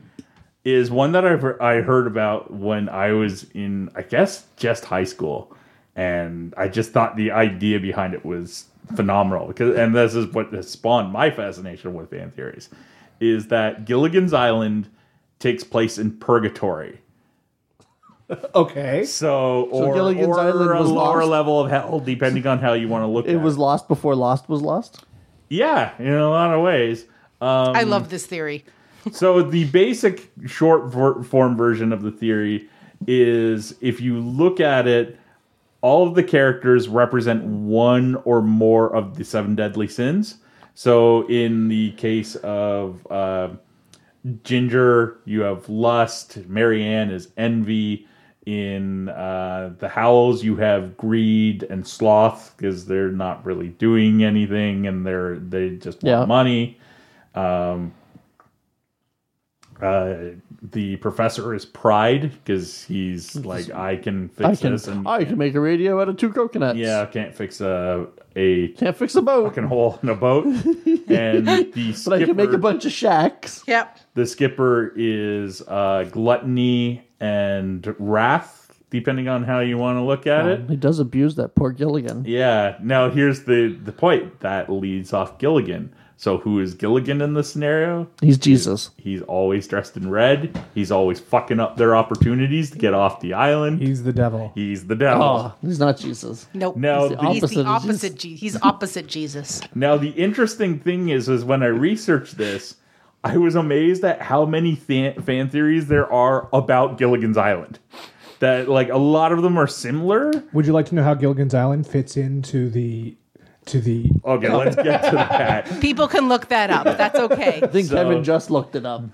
S3: is one that I I heard about when I was in I guess just high school, and I just thought the idea behind it was phenomenal because and this is what has spawned my fascination with fan theories, is that Gilligan's Island takes place in purgatory.
S5: Okay.
S3: So, or,
S2: Gilligan's
S3: or
S2: Island
S3: a
S2: was
S3: lower
S2: lost?
S3: level of hell, depending on how you want to look
S2: It
S3: at
S2: was lost before Lost was lost.
S3: Yeah, in a lot of ways.
S5: Um,
S4: I love this theory.
S3: So the basic short ver- form version of the theory is if you look at it, all of the characters represent one or more of the seven deadly sins. So in the case of uh, Ginger, you have lust. Marianne is envy. In uh, the Howls, you have greed and sloth because they're not really doing anything and they're they just want
S2: Yeah.
S3: money. Um, uh, the professor is pride because he's like, I can fix
S2: I can,
S3: this, and
S2: I can make a radio out of two coconuts.
S3: yeah, can't fix a a
S2: Can't fix a boat,
S3: fucking hole in
S2: (laughs)
S3: a boat. and the skipper,
S2: but I can make a bunch of shacks.
S4: Yep.
S3: the skipper is uh, gluttony and wrath, depending on how you want to look at it.
S2: He does abuse that poor Gilligan.
S3: Yeah. Now here's the the point that leads off Gilligan. So who is Gilligan in this scenario?
S2: He's Jesus.
S3: He's always dressed in red. He's always fucking up their opportunities to get off the island. He's,
S5: He's the devil.
S3: the devil.
S2: Oh, he's not Jesus.
S4: Nope.
S3: Now
S4: he's
S3: the-
S4: the
S2: Opposite of
S4: opposite. He's, opposite Je- he's opposite Jesus.
S3: Now the interesting thing is, is when I researched this, I was amazed at how many th- fan theories there are about Gilligan's Island. That like a lot of them are similar.
S5: Would you like to know how Gilligan's Island fits into the to the
S3: Okay, let's get to that.
S4: People can look that
S3: (laughs)
S4: up. That's okay.
S2: I think
S3: So-
S2: Kevin just looked it up.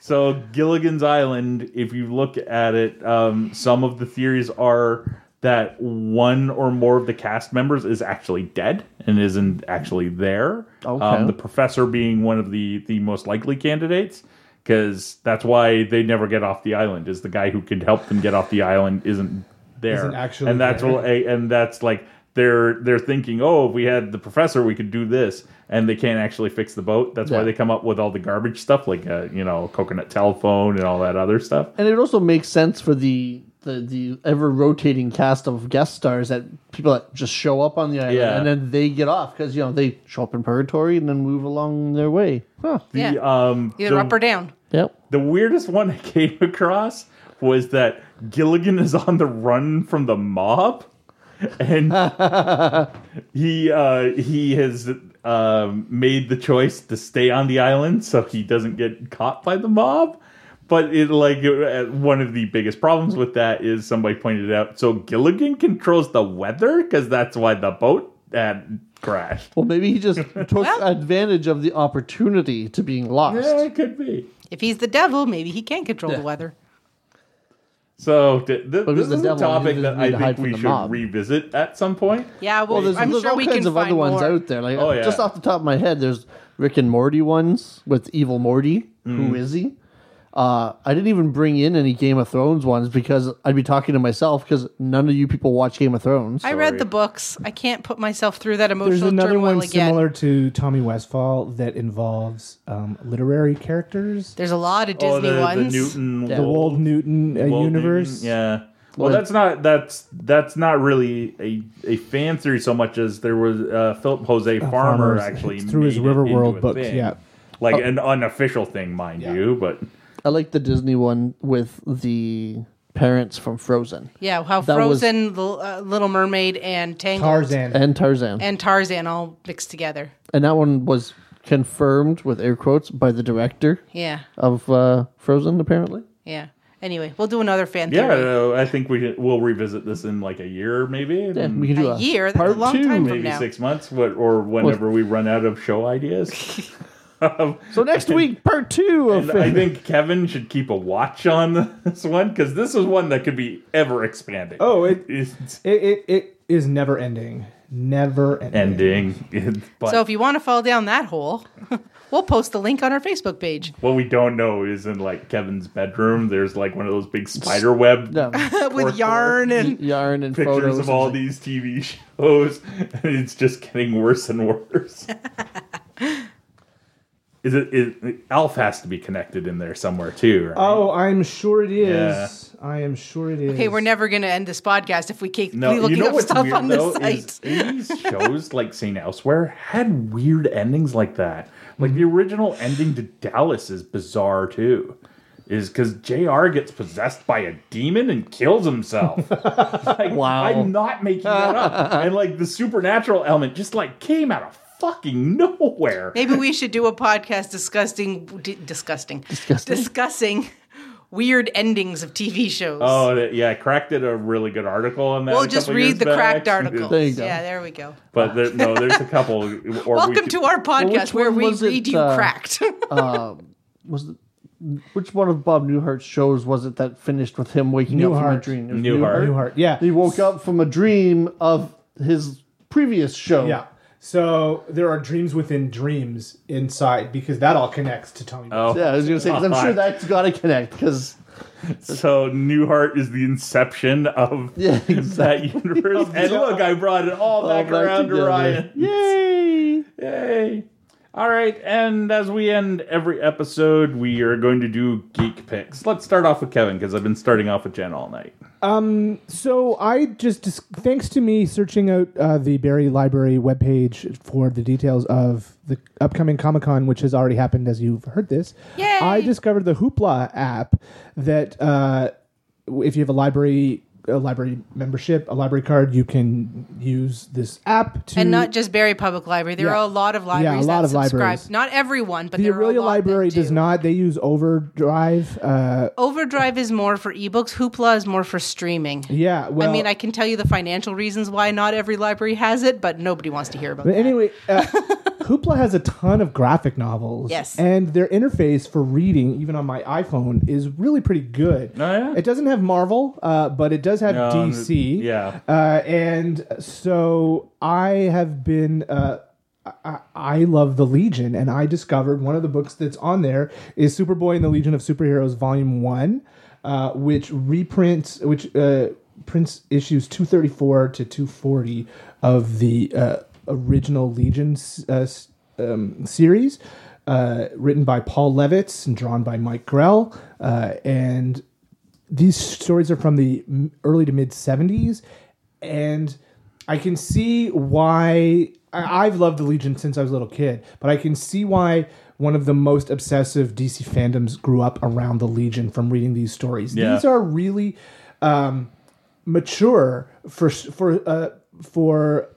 S3: So Gilligan's Island, if you look at it, um, some of the theories are that one or more of the cast members is actually dead and isn't actually there.
S2: Okay.
S3: Um, the professor being one of the the most likely candidates because that's why they never get off the island. Is the guy who could help them get off the island isn't there
S5: Isn't actually
S3: and that's
S5: there.
S3: what- and that's like. They're, they're thinking, oh, if we had the professor, we could do this, and they can't actually fix the boat. That's why
S2: Yeah.
S3: they come up with all the garbage stuff, like uh, you know, coconut telephone and all that other stuff.
S2: And it also makes sense for the the, the ever rotating cast of guest stars that people that just show up on the island
S3: Yeah.
S2: and then they get off because you know they show up in purgatory and then move along their way. Huh.
S4: Yeah.
S3: The, um,
S4: Either
S3: the,
S4: up or down.
S2: Yep.
S3: the weirdest one I came across was that Gilligan is on the run from the mob, and he uh, he has um, made the choice to stay on the island so he doesn't get caught by the mob. But it like uh, one of the biggest problems with that is somebody pointed out. So Gilligan controls the weather because that's why the boat had crashed.
S2: Well, maybe he just took
S4: Well-
S2: advantage of the opportunity to being lost.
S3: Yeah, it could be.
S4: If he's the devil, maybe he can control the weather.
S3: So th- th-
S2: Because
S3: this
S2: the
S3: is a
S2: devil, you
S3: topic
S2: just
S3: that
S2: need to
S3: I think
S2: hide
S3: we
S2: from the
S3: should
S2: mob.
S3: revisit at some point.
S4: Yeah, well,
S2: Well, there's,
S4: I'm
S2: there's
S4: sure
S2: all
S4: we
S2: kinds
S4: can
S2: of
S4: find
S2: other ones
S4: more.
S2: out there. Like
S3: Oh, yeah.
S2: just off the top of my head, there's Rick and Morty ones with Evil Morty.
S3: Mm.
S2: Who is he? Uh, I didn't even bring in any Game of Thrones ones because I'd be talking to myself because none of you people watch Game of Thrones.
S4: I
S3: Sorry.
S4: read the books. I can't put myself through that
S5: There's
S4: emotional
S5: another
S4: turmoil
S5: one
S4: again.
S5: similar to Tommy Westfall that involves um, literary characters.
S4: There's a lot of Disney
S3: oh, the,
S4: ones.
S3: the Newton
S5: The Wald Newton uh,
S3: Walt
S5: universe.
S3: Newton, yeah. Well, that's not that's that's not really a, a fan theory so much as there was uh, Philip Jose Farmer
S5: Farmer's-
S3: actually
S5: through his
S3: made it
S5: River
S3: into
S5: World
S3: a
S5: books,
S3: thing.
S5: yeah.
S3: like
S2: Oh.
S3: an unofficial thing, mind you. But
S2: I like the Disney one with the parents from Frozen
S4: Yeah, how
S2: That was-
S4: Frozen, the uh, Little Mermaid, and Tangled
S5: Tarzan.
S2: and Tarzan, and,
S4: and Tarzan all mixed together.
S2: that one was confirmed with air quotes by the director
S4: Yeah,
S2: of uh, Frozen, apparently.
S4: yeah. Anyway, we'll do another fan
S3: yeah,
S4: theory.
S3: uh, I think we we'll revisit this in like a year, maybe.
S2: Yeah,
S3: and
S2: we can do
S4: a
S2: a,
S4: year? That's
S2: part
S4: a long
S2: two.
S4: time from
S3: uh, Maybe
S4: now.
S3: six months, what, or whenever we run out of show ideas.
S2: So next week, part two of
S3: And I think Kevin should keep a watch on this one because this is one that could be ever expanding.
S5: Oh, it-
S3: it's
S5: It, it it is never ending. Never ending.
S3: ending. It- but
S4: So if you want to fall down that hole, (laughs) We'll post the link on our Facebook page.
S3: What we don't know is in like Kevin's bedroom, there's like one of those big spider web (laughs)
S2: Yeah.
S3: Or-
S4: With yarn and
S2: yarn and
S3: pictures
S2: photos
S3: of all
S2: and-
S3: these TV shows, and it's just getting worse and worse. is it? Is, Alf has to be connected in there somewhere too, right?
S5: Oh, I'm sure it is.
S3: is.
S5: I am sure it is.
S4: Okay, we're never going to end this podcast if we keep
S3: no,
S4: looking
S3: you know
S4: up
S3: what's
S4: stuff
S3: weird
S4: on
S3: though
S4: this site. (laughs)
S3: is eighties shows like St. Elsewhere had weird endings like that. Like
S4: Mm-hmm.
S3: the original ending to Dallas is bizarre too. Is because Jr. gets possessed by a demon and kills
S4: (laughs)
S3: himself. Like,
S2: Wow.
S3: I'm not making that up. And like the supernatural element just like came out of fucking nowhere.
S4: Maybe we should do a podcast discussing, d- disgusting, discussing, weird endings of TV shows.
S3: Oh that- yeah, Crack did a really good article on that.
S4: we'll
S3: a
S4: just
S3: couple years
S4: read the
S3: back. (laughs)
S4: cracked article.
S2: There you go.
S4: Yeah, there we go.
S3: But there, no, there's a couple. Or we
S4: Welcome
S3: could-
S4: to our podcast
S2: which
S4: where
S2: one
S4: we
S2: was it,
S4: read you
S2: uh,
S4: cracked.
S2: was it, which one of Bob Newhart's shows was it that finished with him waking up from a
S5: Newhart.
S2: dream? It was
S3: Newhart.
S5: Newhart. Yeah.
S2: He woke up from a dream of his previous show.
S5: Yeah. So there are dreams within dreams inside because that all connects to Tommy.
S3: Oh.
S2: Yeah, I was gonna say 'cause I'm sure
S3: God.
S2: that's got to connect because
S3: So Newhart is the inception (laughs) of
S2: Yeah,
S3: that (laughs) universe. and look, I brought it all, back,
S2: back
S3: around to
S2: together.
S3: Ryan. (laughs) Yay! Yay! All right, and as we end every episode, we are going to do geek picks. Let's start off with Kevin because I've been starting off with Jen all night.
S5: So I just, dis- thanks to me searching out uh, the Barry Library webpage for the details of the upcoming Comic Con, which has already happened as you've heard this.
S4: Yay!
S5: I discovered the Hoopla app that uh, if you have a library a library membership, a library card, you can use this app to
S4: and not just Barry Public Library. There
S5: Yeah.
S4: are a lot of libraries
S5: Yeah, a lot
S4: that
S5: of
S4: subscribe.
S5: libraries.
S4: Not everyone, but
S5: the
S4: there are a
S5: Aurelia
S4: lot that
S5: Library
S4: do.
S5: does not. They use Overdrive. Uh,
S4: Overdrive is more for ebooks. Hoopla is more for streaming.
S5: yeah, well,
S4: I mean, I can tell you the financial reasons why not every library has it, but nobody wants to hear about
S5: But
S4: it.
S5: anyway, uh,
S4: (laughs)
S5: Hoopla has a ton of graphic novels.
S4: Yes.
S5: And their interface for reading, even on my iPhone, is really pretty good.
S3: Oh, yeah?
S5: It doesn't have Marvel, uh, but it does have
S3: No,
S5: DC.
S3: yeah.
S5: Uh, and so I have been. Uh, I, I love the Legion, and I discovered one of the books that's on there is Superboy and the Legion of Superheroes, Volume One, uh, which reprints, which uh, prints issues two thirty four to two forty of the uh, original Legion uh, s- um, series, uh, written by Paul Levitz and drawn by Mike Grell, uh, and these stories are from the m- early to mid 70s and i can see why I, i've loved the legion since i was a little kid but i can see why one of the most obsessive dc fandoms grew up around the legion from reading these stories
S3: Yeah.
S5: these are really um, mature for s- for uh, for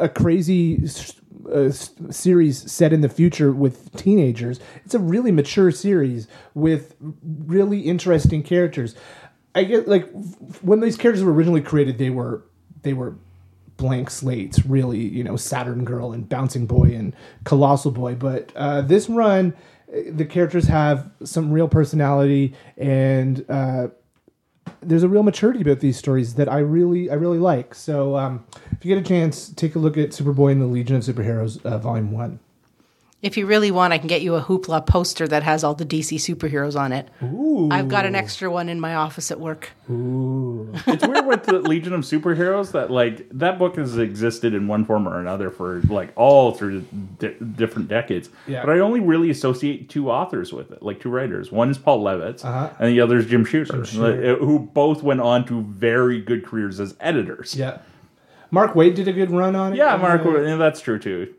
S5: a crazy s- uh, s- series set in the future with teenagers. It's a really mature series with really interesting characters. I get like f- when these characters were originally created, they were they were blank slates, really. You know, Saturn Girl and Bouncing Boy and Colossal Boy. But uh, this run, uh, the characters have some real personality and. Uh, there's a real maturity about these stories that I really I really like. So um, if you get a chance, take a look at Superboy and the Legion of Superheroes, uh, Volume One.
S4: If you really want, I can get you a Hoopla poster that has all the DC superheroes on it. I've got an extra one in my office at work.
S3: It's weird with the Legion of Superheroes that like that book has existed in one form or another for like all through di- different decades.
S5: Yeah.
S3: But I only really associate two authors with it, like two writers. One is Paul Levitz,
S5: Uh-huh.
S3: and the other is Jim Shooter, like, who both went on to very good careers as editors.
S5: Yeah, Mark Wade did a good run on it.
S3: Yeah, Mark,
S5: Uh,
S3: yeah, that's true too.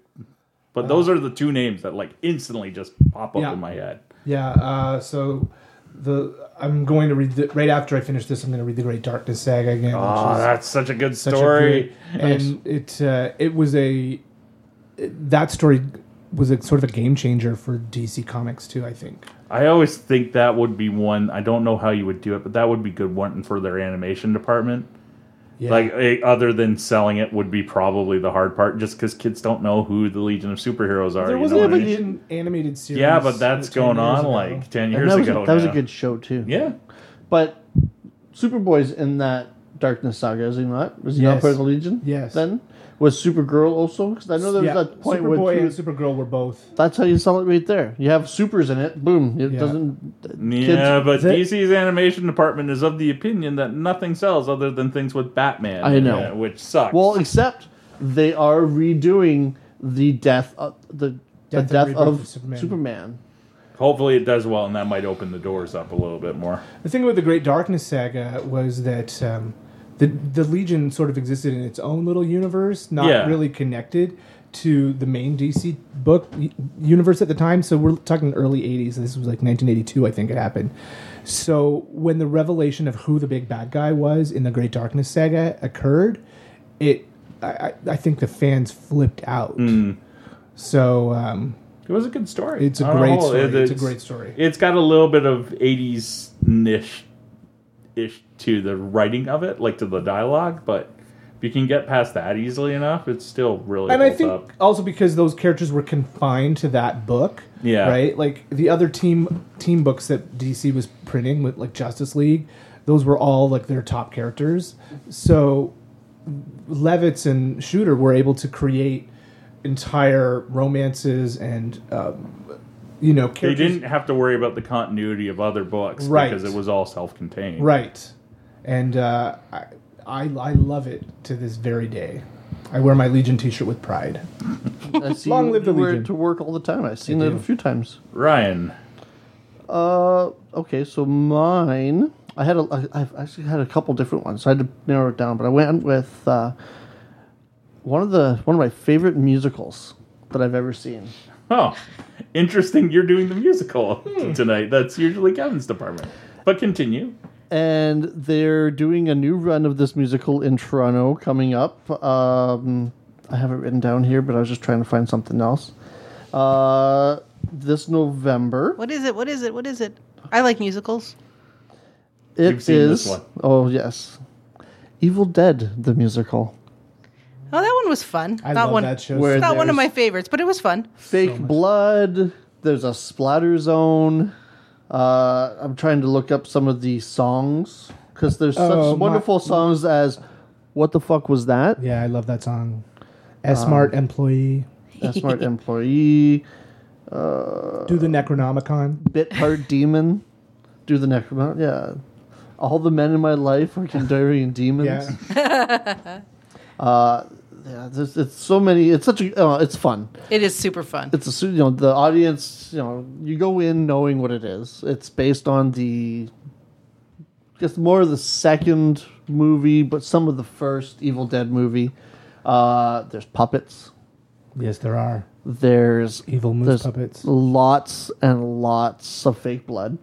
S3: But those are the two names that like instantly just pop up
S5: Uh-huh. Yeah.
S3: in my head.
S5: Yeah. Uh, so the I'm going to read the, right after I finish this. I'm going to read the Great Darkness saga again.
S3: Oh,
S5: which is
S3: that's such a good
S5: such a
S3: story.
S5: great- and it uh, it was a that story was a sort of a game changer for DC Comics too. I think.
S3: I always think that would be one. I don't know how you would do it, but that would be good one for their animation department.
S5: Yeah.
S3: Like, eh, other than selling it, would be probably the hard part, just because kids don't know who the Legion of Superheroes are.
S5: There
S3: you
S5: was
S3: know
S5: an
S3: what I mean?
S5: animated, animated series.
S3: yeah, but that's
S5: 10
S3: going
S5: years
S3: on
S5: ago.
S3: like ten
S2: and
S3: years
S2: that was
S3: ago.
S2: that was a
S3: now.
S2: good show too.
S3: Yeah,
S2: but Superboy's in that Darkness saga, is he not? Was he not
S5: Yes.
S2: part of the Legion?
S5: Yes.
S2: Then Was Supergirl also? Because I know there was
S5: Yeah,
S2: that point where
S5: Superboy
S2: she
S5: and
S2: was-
S5: Supergirl were both.
S2: that's how you sell it right there. You have supers in it. Boom. It
S5: Yeah.
S2: doesn't.
S3: Yeah, but
S5: that-
S3: DC's animation department is of the opinion that nothing sells other than things with Batman.
S2: I
S3: in
S2: know.
S3: it, which sucks.
S2: Well, except they are redoing the death of the
S5: Death
S2: the death
S5: and Rebirth
S2: of
S5: of Superman.
S2: Superman.
S3: hopefully it does well, and that might open the doors up a little bit more.
S5: The thing about the Great Darkness saga was that um, the the Legion sort of existed in its own little universe, not
S3: Yeah.
S5: really connected to the main DC book u- universe at the time. So we're talking early '80s. This was like 1982, I think it happened. So when the revelation of who the big bad guy was in the Great Darkness saga occurred, it I, I, I think the fans flipped out. So um,
S3: It was a good story.
S5: It's a
S3: On the
S5: great
S3: whole,
S5: story. It's a great story.
S3: It's got a little bit of '80s niche ish to the writing of it, like to the dialogue, but. If you can get past that easily enough, it's still really.
S5: and I
S3: holds
S5: think
S3: up.
S5: also because those characters were confined to that book,
S3: Yeah.
S5: right? Like the other team team books that DC was printing with like Justice League, those were all like their top characters. So Levitz and Shooter were able to create entire romances and um, you know
S3: they
S5: characters.
S3: didn't have to worry about the continuity of other books
S5: Right.
S3: because it was all self-contained.
S5: right, and uh, I, I I love it to this very day. I wear my Legion T-shirt with pride.
S2: I see
S5: Long live
S2: you
S5: the
S2: wear it
S5: Legion.
S2: to work all the time. I've seen it a
S5: do.
S2: few times.
S3: Ryan,
S2: Uh, okay, so mine. I had a. I, I've actually had a couple different ones. So I had to narrow it down, but I went with uh, one of the one of my favorite musicals that I've ever seen.
S3: Oh, interesting. You're doing the musical
S5: Hmm.
S3: tonight. That's usually Kevin's department. But continue.
S2: and they're doing a new run of this musical in Toronto coming up. Um, I have it written down here, but I was just trying to find something else. Uh, this November,
S4: What is it? What is it? What is it? I like musicals.
S2: it
S3: You've seen this
S2: is-
S3: one.
S2: Oh yes, Evil Dead the musical.
S4: Oh, that one was fun.
S5: I
S4: not
S5: love
S4: one,
S5: that show.
S2: Where
S5: so
S4: It's not one of
S2: there's-
S4: my favorites, but it was fun.
S2: Fake blood. There's a splatter zone. Uh, I'm trying to look up some of the songs because there's
S5: Oh,
S2: such
S5: my-
S2: wonderful songs as "What the fuck was
S5: (laughs)
S2: that?"
S5: Yeah, I love that song. A smart employee.
S2: A smart employee.
S5: Do the Necronomicon.
S2: bit part
S5: (laughs)
S2: demon, do the necromon. Yeah, all the men in my life are Kandarian demons.
S5: Yeah.
S2: Yeah, there's, it's so many. It's such a. Uh, it's fun.
S4: It is super fun.
S2: It's a su- you know the audience. You know you go in knowing what it is. It's based on the. It's more of the second movie, but some of the first Evil Dead movie. Uh, there's puppets.
S5: Yes, there are.
S2: There's
S5: Evil moose
S2: there's
S5: puppets.
S2: Lots and lots of fake blood.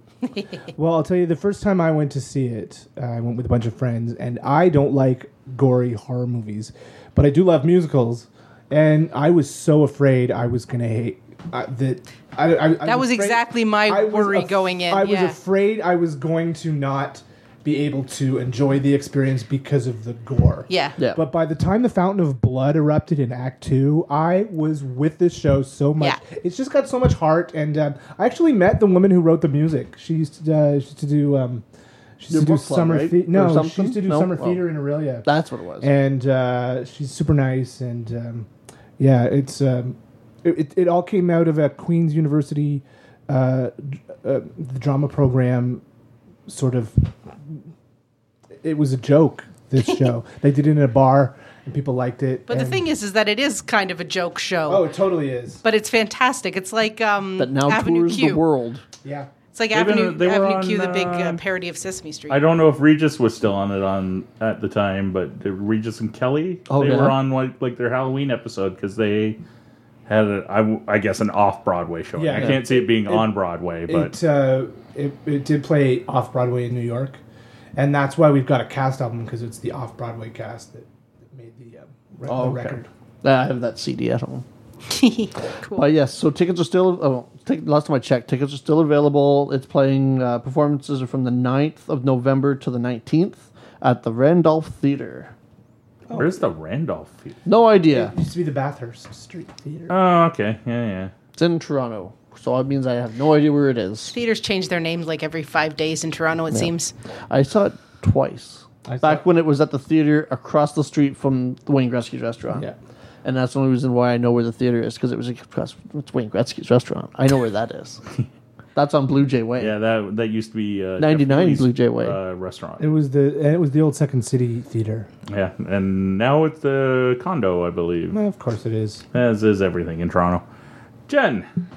S5: Well, I'll tell you, the first time I went to see it, uh, I went with a bunch of friends, and I don't like gory horror movies, but I do love musicals, and I was so afraid I was going to hate uh, that. I, I, I
S4: That was
S5: afraid-
S4: exactly my
S5: I was
S4: worry
S5: af-
S4: going in,
S5: I was
S4: yeah.
S5: afraid I was going to not be able to enjoy the experience because of the gore.
S4: yeah.
S2: Yeah.
S5: But by the time the Fountain of Blood erupted in Act Two, I was with this show so much.
S4: Yeah.
S5: It's just got so much heart, and um, I actually met the woman who wrote the music. She used to, uh, she used to do um, she used
S2: Your
S5: to do
S2: book club,
S5: summer
S2: right?
S5: thea-
S2: Or
S5: no, she
S2: something?
S5: used to do
S2: No?
S5: summer
S2: Oh.
S5: theater in Aurelia,
S2: That's what it was.
S5: and uh, she's super nice. And um, yeah, it's um, it, it, it all came out of a Queen's University uh, d- uh, the drama program sort of it was a joke
S4: (laughs)
S5: this show they did it in a bar and people liked it
S4: But the thing is, is that it is kind of a joke show.
S5: oh it totally is
S4: But it's fantastic. It's like um,
S2: that now
S4: Avenue
S2: tours
S4: Q.
S2: the world.
S5: yeah
S4: It's like
S3: They've been-
S4: Avenue,
S3: they were
S4: Avenue
S3: on,
S4: Q, the big
S3: uh,
S4: uh, parody of Sesame Street.
S3: I don't know if Regis was still on it on at the time, but the Regis and Kelly
S2: Oh,
S3: they
S2: yeah?
S3: were on like, like their Halloween episode because they had a, I, w- I guess an off Broadway showing.
S5: Yeah.
S3: I can't see it being on Broadway, but
S5: it, uh, it it did play off broadway in new york and that's why we've got a cast album because it's the off broadway cast that, that made the, uh, re- the
S2: okay.
S5: record
S2: I have that CD at home.
S4: (laughs) cool.
S2: But yes, so tickets are still. Oh, tick, last time I checked, tickets are still available. It's playing uh, performances are from the 9th of November to the nineteenth at the Randolph Theater.
S3: where's the Randolph? Theater?
S2: No idea.
S5: it used to be the bathurst street theater
S3: Oh, okay, yeah, yeah.
S2: It's in Toronto, so it means I have no idea where it is.
S4: Theaters change their names like every five days in Toronto, it seems.
S2: I saw it twice.
S5: I
S2: back
S5: thought-
S2: when it was at the theater across the street from the Wayne Gretzky's restaurant.
S3: Yeah.
S2: And that's the only reason why I know where the theater is because it was across it's Wayne Gretzky's restaurant. I know where that is. that's on Blue Jay Way.
S3: Yeah, that that used to be uh,
S2: 99
S3: Jeff Keighley's,
S2: Blue Jay Way.
S3: uh, restaurant.
S5: It was the and it was the old Second City Theater.
S3: yeah, and now it's the condo, I believe,
S5: Well, of course it is.
S3: as is everything in Toronto. Jen,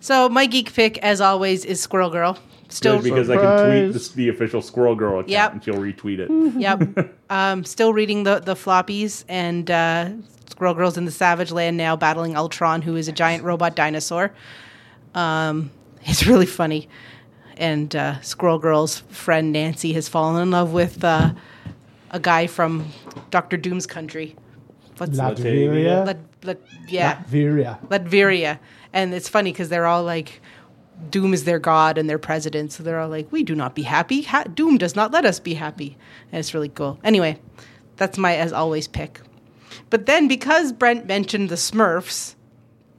S4: So my geek pick, as always, is Squirrel Girl. Still,
S3: good because I can tweet
S2: Surprise.
S3: this, the official Squirrel Girl account,
S4: Yep.
S3: and she'll retweet it.
S4: yep. Um, still reading the the floppies and uh, Squirrel Girl's in the Savage Land now, battling Ultron, who is a giant robot dinosaur. Um, it's really funny, and uh, Squirrel Girl's friend Nancy has fallen in love with uh, a guy from Doctor Doom's country. What's
S5: Latveria.
S4: Lat, Lat, yeah,
S5: Latveria.
S4: Latveria. And it's funny because they're all like, Doom is their god and their president. So they're all like, we do not be happy. Ha- Doom does not let us be happy. And it's really cool. Anyway, that's my as always pick. But then because Brent mentioned the Smurfs,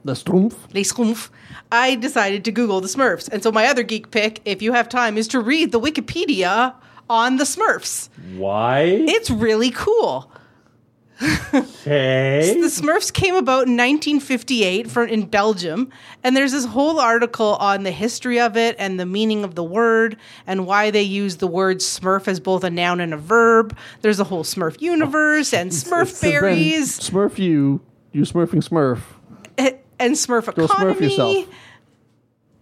S2: The Strumpf.
S4: Les Schtroumpfs, I decided to Google the Smurfs. And so my other geek pick, if you have time, is to read the Wikipedia on the Smurfs.
S3: Why?
S4: It's really cool.
S3: Okay.
S4: The Smurfs came about in 1958 from in Belgium, and there's this whole article on the history of it and the meaning of the word and why they use the word Smurf as both a noun and a verb. There's a whole Smurf
S2: (laughs)
S4: universe and Smurf
S2: So Ben,
S4: berries
S2: Smurf you. You Smurfing Smurf.
S4: and Smurf
S2: Go
S4: economy.
S2: Smurf yourself.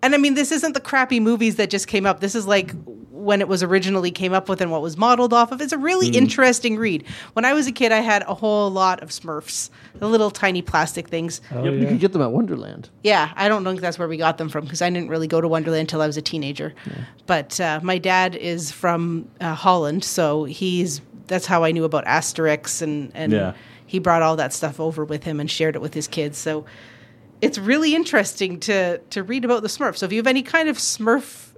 S4: And I mean, this isn't the crappy movies that just came up. This is like when it was originally came up with and what was modeled off of. It's a really
S2: Mm-hmm.
S4: interesting read. When I was a kid, I had a whole lot of Smurfs, the little tiny plastic things.
S2: You could get them at Wonderland.
S4: Yeah, I don't think that's where we got them from because I didn't really go to Wonderland until I was a teenager. But uh, my dad is from uh, Holland, so he's that's how I knew about Asterix, and and
S3: Yeah.
S4: he brought all that stuff over with him and shared it with his kids. So it's really interesting to to read about the Smurf. So if you have any kind of Smurf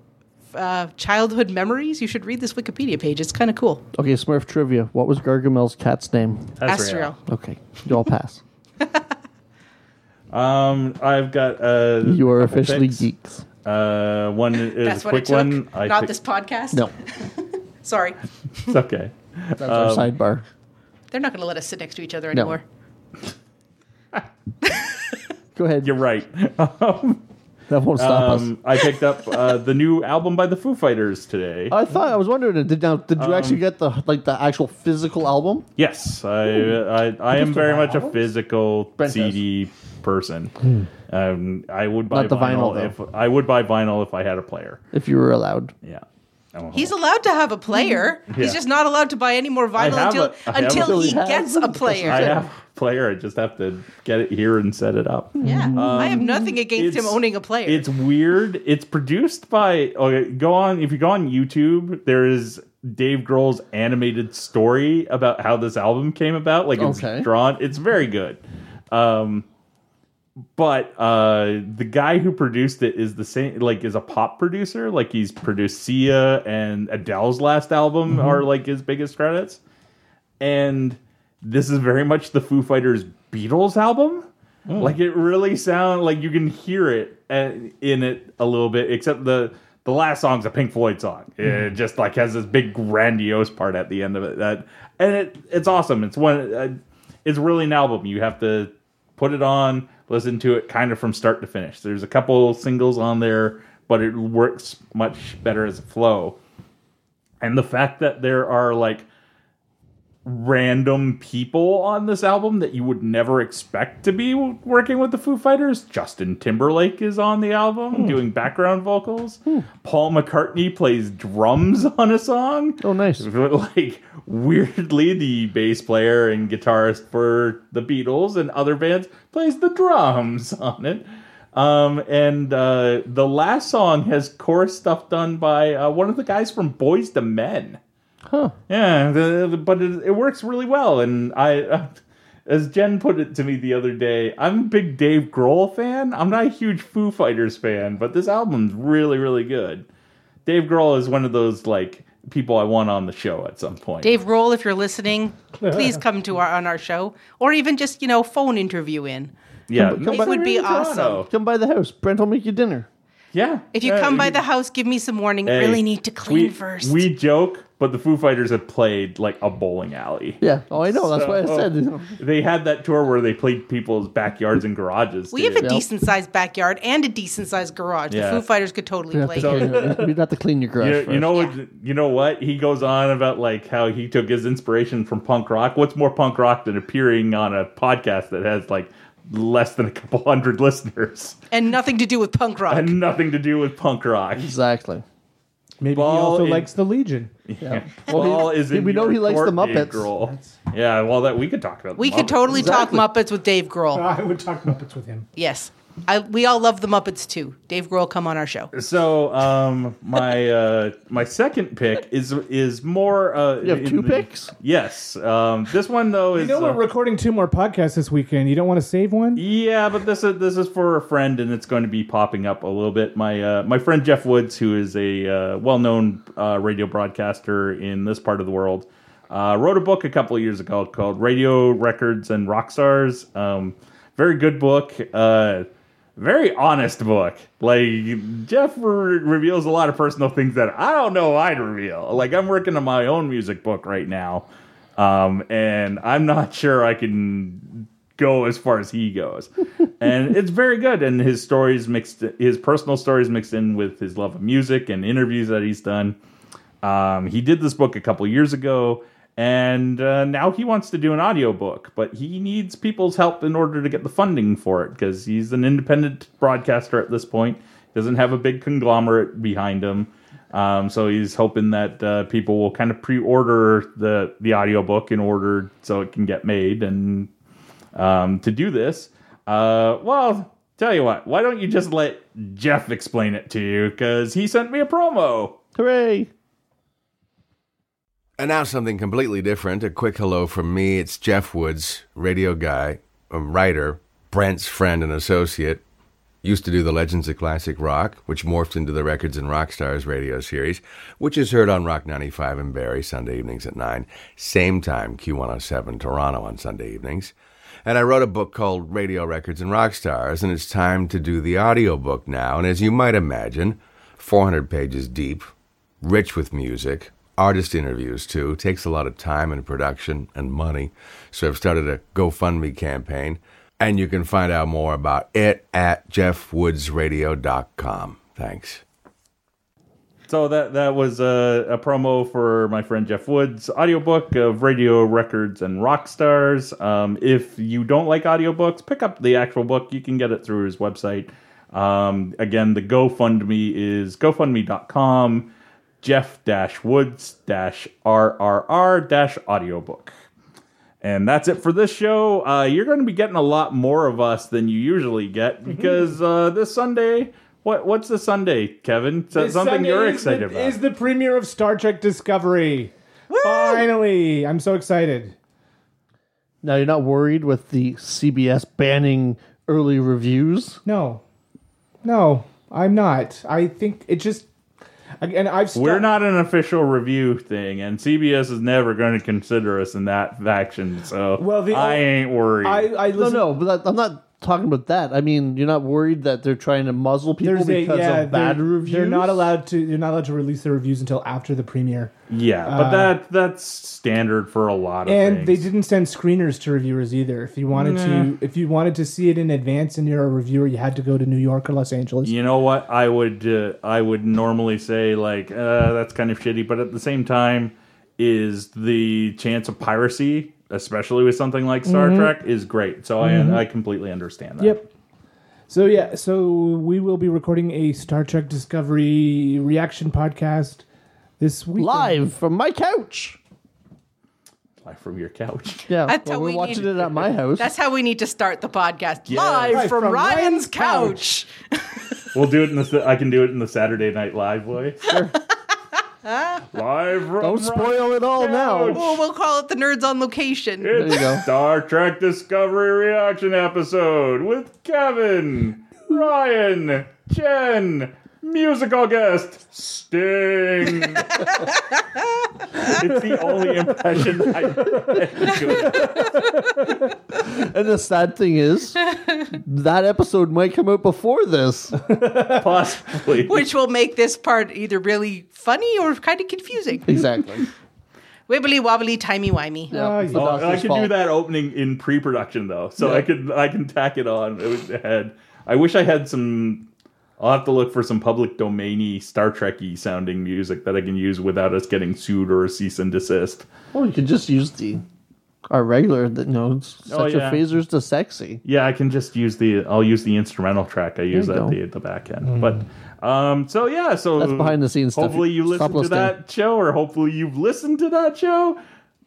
S4: uh, childhood memories, you should read this Wikipedia page. It's kind of cool.
S2: Okay, Smurf trivia. What was Gargamel's cat's name?
S3: That's right.
S4: Asterix.
S2: Okay, you all pass.
S3: Um, I've got uh,
S2: You are
S3: couple
S2: officially
S3: picks.
S2: geeks.
S3: Uh, one is
S4: That's
S3: a
S4: what it
S3: quick
S4: took.
S3: one. I
S4: Not
S3: picked-
S4: this podcast.
S2: No,
S4: Sorry.
S3: It's
S4: (laughs)
S3: okay.
S2: that's our
S3: Um,
S2: sidebar.
S4: They're not going to let us sit next to each other
S2: No.
S4: anymore.
S2: Go ahead.
S3: You're right.
S2: that won't stop us.
S3: Um, I picked up uh, the new album by the Foo Fighters today.
S2: I thought I was wondering. Did now did you
S3: um,
S2: actually get the like the actual physical album?
S3: Yes, I I, I am very much a physical
S2: Brent does.
S3: CD person. Um, I would buy
S2: Hmm. Not the
S3: vinyl,
S2: vinyl, though.
S3: if I would buy vinyl if I had a player.
S2: If you were allowed.
S3: Yeah, Oh.
S4: He's allowed to have a player.
S3: Mm-hmm. Yeah.
S4: He's just not allowed to buy any more
S3: I
S4: vinyl
S3: have
S4: until
S3: a- I have
S4: until
S2: a-
S4: he
S2: Until he
S4: gets
S2: has
S4: a
S2: it.
S4: player.
S3: I have a player. I just have to get it here and set it
S2: Hmm.
S3: up.
S4: yeah, I have nothing against
S3: Um,
S4: him
S3: it's-
S4: owning a player.
S3: It's weird. It's produced by okay, go on if you go on YouTube, there is Dave Grohl's animated story about how this album came about. Like it's
S2: Okay.
S3: drawn. It's very good. Um but uh the guy who produced it is the same like is a pop producer. Like he's produced Sia and Adele's last album are like his biggest credits. And this is very much the Foo Fighters Beatles album. Like it really sound like you can hear it uh, in it a little bit, except the the last song's a Pink Floyd song. It just like has this big grandiose part at the end of it that, and it it's awesome. It's one, uh, it's really an album. You have to put it on, listen to it, kind of from start to finish. There's a couple singles on there, but it works much better as a flow. And the fact that there are like random people on this album that you would never expect to be w- working with the Foo Fighters. Justin Timberlake is on the album doing background vocals. Paul McCartney plays drums on a song. (laughs)
S2: Oh, nice.
S3: Like weirdly the bass player and guitarist for the Beatles and other bands plays the drums (laughs) on it. Um, and uh, the last song has chorus stuff done by uh, one of the guys from Boys to Men. Yeah, the, the- but it, it works really well, and I, (laughs) uh, as Jen put it to me the other day, I'm a big Dave Grohl fan. I'm not a huge Foo Fighters fan, but this album's really, really good. Dave Grohl is one of those like people I want on the show at some point.
S4: Dave Roll, if you're listening, please come to our on our show, or even just you know phone interview in.
S3: yeah,
S2: Come- come
S4: It would be
S3: Toronto.
S4: awesome.
S2: Come by the house. Brent will make you dinner.
S3: Yeah.
S4: If you
S3: Uh,
S4: come
S3: (laughs)
S4: by the house, give me some warning. really need to clean
S3: we,
S4: first.
S3: We joke, but the Foo Fighters had played like a bowling alley.
S2: Yeah. Oh, I know. That's why I
S3: (laughs)
S2: said.
S3: They had that tour where they played people's backyards and garages.
S4: We have a
S3: too.
S4: decent sized backyard and a decent sized garage.
S3: Yeah.
S4: The Foo Fighters could totally
S2: You'd have,
S4: play.
S2: to clean your, you'd have to clean your garage
S3: You,
S2: first.
S3: you know what? You know what? He goes on about like how he took his inspiration from punk rock. What's more punk rock than appearing on a podcast that has like less than a couple (laughs) hundred listeners
S4: and nothing to do with punk rock.
S3: and nothing to do with punk rock?
S2: Exactly.
S5: Maybe
S3: Ball
S5: he also
S3: in-
S5: likes the Legion.
S3: (laughs)
S2: Yeah.
S3: Well,
S2: he- he- we know he likes the Muppets.
S3: Yeah, well, that we could talk about. the
S4: we could
S3: Muppets.
S4: totally
S2: Exactly.
S4: talk Muppets with Dave Grohl.
S5: I would talk Muppets with him.
S4: Yes. I, we all love the Muppets too. Dave Grohl, come on our show.
S3: So, um, my uh, my second pick is is more. Uh,
S2: You have
S3: in
S2: two
S3: the-
S2: picks?
S3: Yes. Um, this one though is
S5: You know
S3: uh,
S5: we're recording two more podcasts this weekend. You don't want to save one?
S3: Yeah, but this is this is for a friend, and it's going to be popping up a little bit. My uh, my friend Jeff Woods, who is a uh, well known uh, radio broadcaster in this part of the world, uh, wrote a book a couple of years ago called "Radio Records and Rock Stars." Um, very good book. Uh, very honest book. Like Jeff re- reveals a lot of personal things that I don't know I'd reveal. Like I'm working on my own music book right now, um, and I'm not sure I can go as far as he goes. and it's very good. And his stories mixed, his personal stories mixed in with his love of music and interviews that he's done. Um, he did this book a couple years ago, and uh, now he wants to do an audiobook, but he needs people's help in order to get the funding for it because he's an independent broadcaster at this point. Doesn't have a big conglomerate behind him. Um, so he's hoping that uh, people will kind of pre-order the the audiobook in order so it can get made and um, to do this. Uh, well, tell you what, why don't you just let Jeff explain it to you because he sent me a promo.
S2: Hooray!
S6: And now something completely different. A quick hello from me. It's Jeff Woods, radio guy, a writer, Brent's friend and associate. Used to do the Legends of Classic Rock, which morphed into the Records and Rock Stars radio series, which is heard on Rock 95 and Barry Sunday evenings at 9, same time Q107 Toronto on Sunday evenings. And I wrote a book called Radio Records and Rock Stars, and it's time to do the audiobook now. And as you might imagine, 400 pages deep, rich with music, artist interviews too. Takes a lot of time and production and money. So I've started a GoFundMe campaign, and you can find out more about it at jeffwoodsradio.com. Thanks.
S3: So that that was a, a promo for my friend Jeff Woods' audiobook of radio records and rock stars. Um, if you don't like audiobooks, pick up the actual book. You can get it through his website. Um, again, the GoFundMe is gofundme.com Jeff dash Woods dash RRR dash audiobook. And that's it for this show. Uh, you're going to be getting a lot more of us than you usually
S5: Mm-hmm.
S3: get because uh, this Sunday, what what's the Sunday, Kevin? So- something you're excited
S5: the,
S3: about.
S5: Is the premiere of Star Trek Discovery. Finally. I'm so excited.
S2: Now you're not worried with the CBS banning early reviews.
S5: No. No, I'm not. I think it just again I've stu-
S3: We're not an official review thing, and CBS is never going to consider us in that faction. So
S5: Well, the-
S3: I ain't worried.
S5: I, I
S2: No,
S5: listen,
S2: no, but that, I'm not talking about that. I mean, you're not worried that they're trying to muzzle people
S5: There's a,
S2: because
S5: yeah,
S2: of bad
S5: they're,
S2: reviews.
S5: They're not allowed to. They're not allowed to release their reviews until after the premiere.
S3: yeah, but that that's standard for a lot of
S5: uh, And they
S3: things.
S5: didn't send screeners to reviewers either. If you wanted to, if you wanted to see it in advance and you're a reviewer, you had to go to New York or Los Angeles.
S3: You know what? I would uh, I would normally say like uh, that's kind of shitty, but at the same time, is the chance of piracy, especially with something like Star Trek, is great. So I I completely understand that.
S5: Yep. So yeah, so we will be recording a Star Trek Discovery reaction podcast this week.
S2: Live from my couch.
S3: Live from your couch.
S2: Yeah,
S4: That's
S2: well,
S4: how
S2: we're
S4: we
S2: watching
S4: need-
S2: it at my house.
S4: That's how we need to start the podcast. Live
S5: Live
S4: from,
S5: from
S4: Ryan's,
S5: Ryan's
S4: couch.
S3: We'll do it in the I can do it in the Saturday Night Live voice. Live from
S2: Don't spoil it all now.
S4: Well, we'll call it the Nerds on Location.
S2: There you go.
S3: (laughs) Star Trek Discovery reaction episode with Kevin, Ryan, Jen, musical guest Sting. it's the only impression I do.
S2: And the sad thing
S4: (laughs)
S2: is, that episode might come out before this.
S3: possibly.
S4: Which will make this part either really funny or kind of confusing.
S2: Exactly.
S4: Wibbly wobbly, timey wimey.
S5: Oh,
S2: it's
S5: yeah.
S2: the
S3: Oh,
S2: doctor's
S3: I could do
S2: fault.
S3: that opening in pre-production though, so
S2: Yeah.
S3: I could I can tack it on ahead. I wish I had some. I'll have to look for some public domainy Star Trekky sounding music that I can use without us getting sued or a cease and desist.
S2: Well, you could just use the our regular that knows such
S3: Oh, yeah.
S2: a phasers to sexy.
S3: Yeah, I can just use the I'll use the instrumental track. I use
S2: There
S3: that
S2: you
S3: at
S2: go. Mm.
S3: the, at the back end. But um, so yeah, so
S2: That's behind the scenes stuff.
S3: Hopefully you
S2: Stop
S3: listened to
S2: listening.
S3: that show, or hopefully you've listened to that show.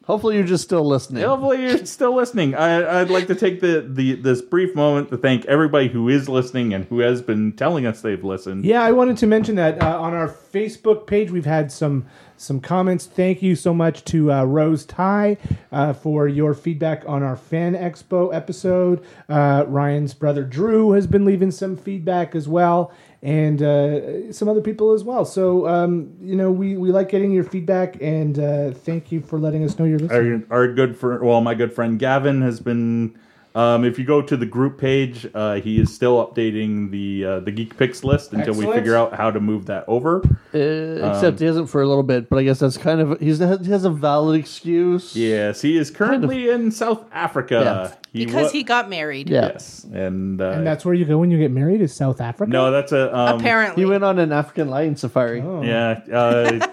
S2: Hopefully, you're just still listening.
S3: Hopefully you're
S2: (laughs)
S3: still listening. I, I'd like to take the, the this brief moment to thank everybody who is listening and who has been telling us they've listened.
S5: Yeah, I wanted to mention that uh, on our Facebook page, we've had some some comments. Thank you so much to uh, Rose Ty uh, for your feedback on our Fan Expo episode. Uh, Ryan's brother Drew has been leaving some feedback as well, and uh, some other people as well. So um, you know, we we like getting your feedback, and uh, thank you for letting us know you're listening.
S3: Our, our good friend, well, my good friend Gavin has been. Um, if you go to the group page, uh, he is still updating the uh, the Geek Picks list until we
S5: Excellent.
S3: figure out how to move that over.
S2: Uh, except he hasn't for a little bit, but I guess that's kind of he's, he has a valid excuse.
S3: Yes, he is currently in South Africa. He
S4: Because
S3: wa-
S4: he got married.
S2: Yeah.
S3: yes, and, uh,
S5: And that's where you go when you get married is South Africa.
S3: no, that's a um,
S4: Apparently.
S2: He went on an African lion safari.
S3: Yeah,
S4: (laughs)
S3: uh,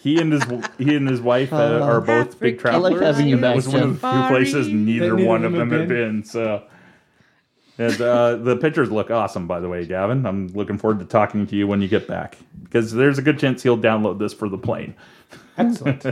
S3: he and his he and his wife uh, are both big
S4: Africa. I
S3: travelers.
S4: like having you
S3: and that
S2: back,
S3: was one of the few places
S4: Safari.
S3: neither
S5: That neither
S3: one
S5: of
S3: of
S5: them
S3: them had
S5: have
S3: been. So, and, uh, the pictures look awesome, by the way, Gavin. I'm looking forward to talking to you when you get back because there's a good chance he'll download this for the plane.
S5: Excellent.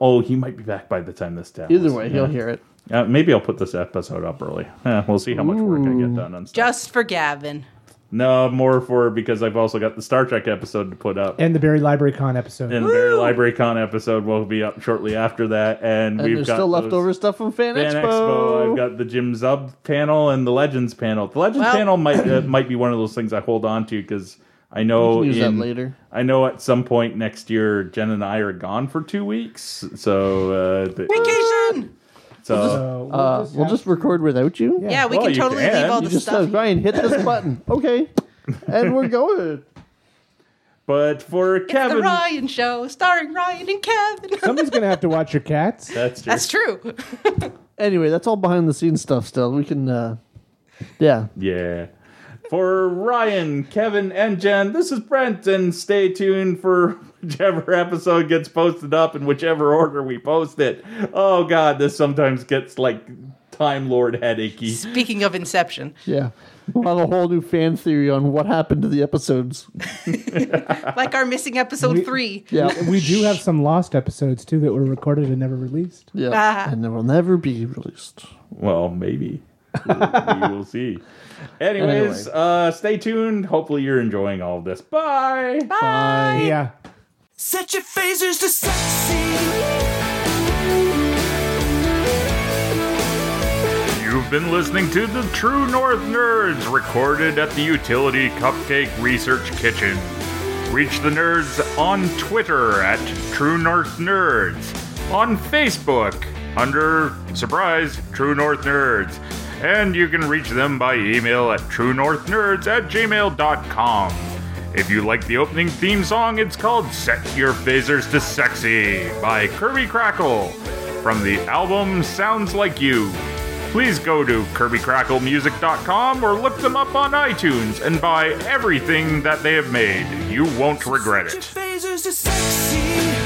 S3: Oh, he might be back by the time this downloads.
S2: Either way, he'll hear it.
S3: Uh, maybe I'll put this episode up early. Eh, we'll see how much work I get done on stuff.
S4: just for Gavin.
S3: no, more for because I've also got the Star Trek episode to put up.
S5: and the Barry Library Con
S3: (laughs)
S5: episode.
S3: And the Barry Library Con episode will be up shortly after that. And,
S2: And
S3: we've
S2: there's
S3: got
S2: still
S3: those-
S2: leftover stuff from Fan,
S3: Fan
S2: Expo.
S3: Expo. I've got the Jim Zub panel and the Legends panel. The Legends
S4: Well-
S3: panel might uh, might be one of those things I hold on to because I
S2: You
S3: know
S2: can use that
S3: in-
S2: later.
S3: I know at some point next year, Jen and I are gone for two weeks. So uh, the, so
S4: Vacation!
S5: So we'll
S2: Uh, we'll
S5: have
S2: just
S5: to-
S2: record without you.
S4: Yeah, we
S3: Well,
S4: can
S3: you
S4: totally
S3: can.
S4: leave all
S3: You
S4: the
S2: Just
S4: stuff.
S2: says, Ryan, hit this
S3: (laughs)
S2: button. Okay. And we're going.
S3: but for
S4: It's the
S3: Kevin,
S4: Ryan Show, starring Ryan and Kevin. (laughs)
S5: Somebody's gonna have to watch
S3: (laughs)
S5: your cats.
S3: that's true.
S4: That's true.
S2: Anyway, that's all behind the scenes stuff still. We can, uh, yeah.
S3: Yeah. For Ryan, Kevin, and Jen, this is Brent, and stay tuned for (laughs) whichever episode gets posted up in whichever order we post it. Oh god, this sometimes gets like Time Lord headachy.
S4: Speaking of Inception,
S2: Yeah. We'll have a whole new fan theory on what happened to the episodes.
S4: like our missing episode
S5: We-
S4: three.
S5: (laughs)
S2: Yeah.
S5: We do have some lost episodes too that were recorded and never released.
S2: Yeah.
S4: Ah.
S2: and they will never be released.
S3: Well, maybe. we will see. Anyways,
S2: Anyway.
S3: uh stay tuned. Hopefully you're enjoying all of this. Bye.
S4: Bye.
S5: Yeah.
S1: Set your phasers to sexy.
S3: You've been listening to the True North Nerds, recorded at the Utility Cupcake Research Kitchen. Reach the nerds on Twitter at True North Nerds, on Facebook under Surprise True North Nerds, and you can reach them by email at truenorthnerds at gmail.com. If you like the opening theme song, it's called Set Your Phasers to Sexy by Kirby Crackle from the album Sounds Like You. Please go to KirbyCracklemusic.com or look them up on iTunes and buy everything that they have made. You won't regret it.
S1: Set your phasers to sexy.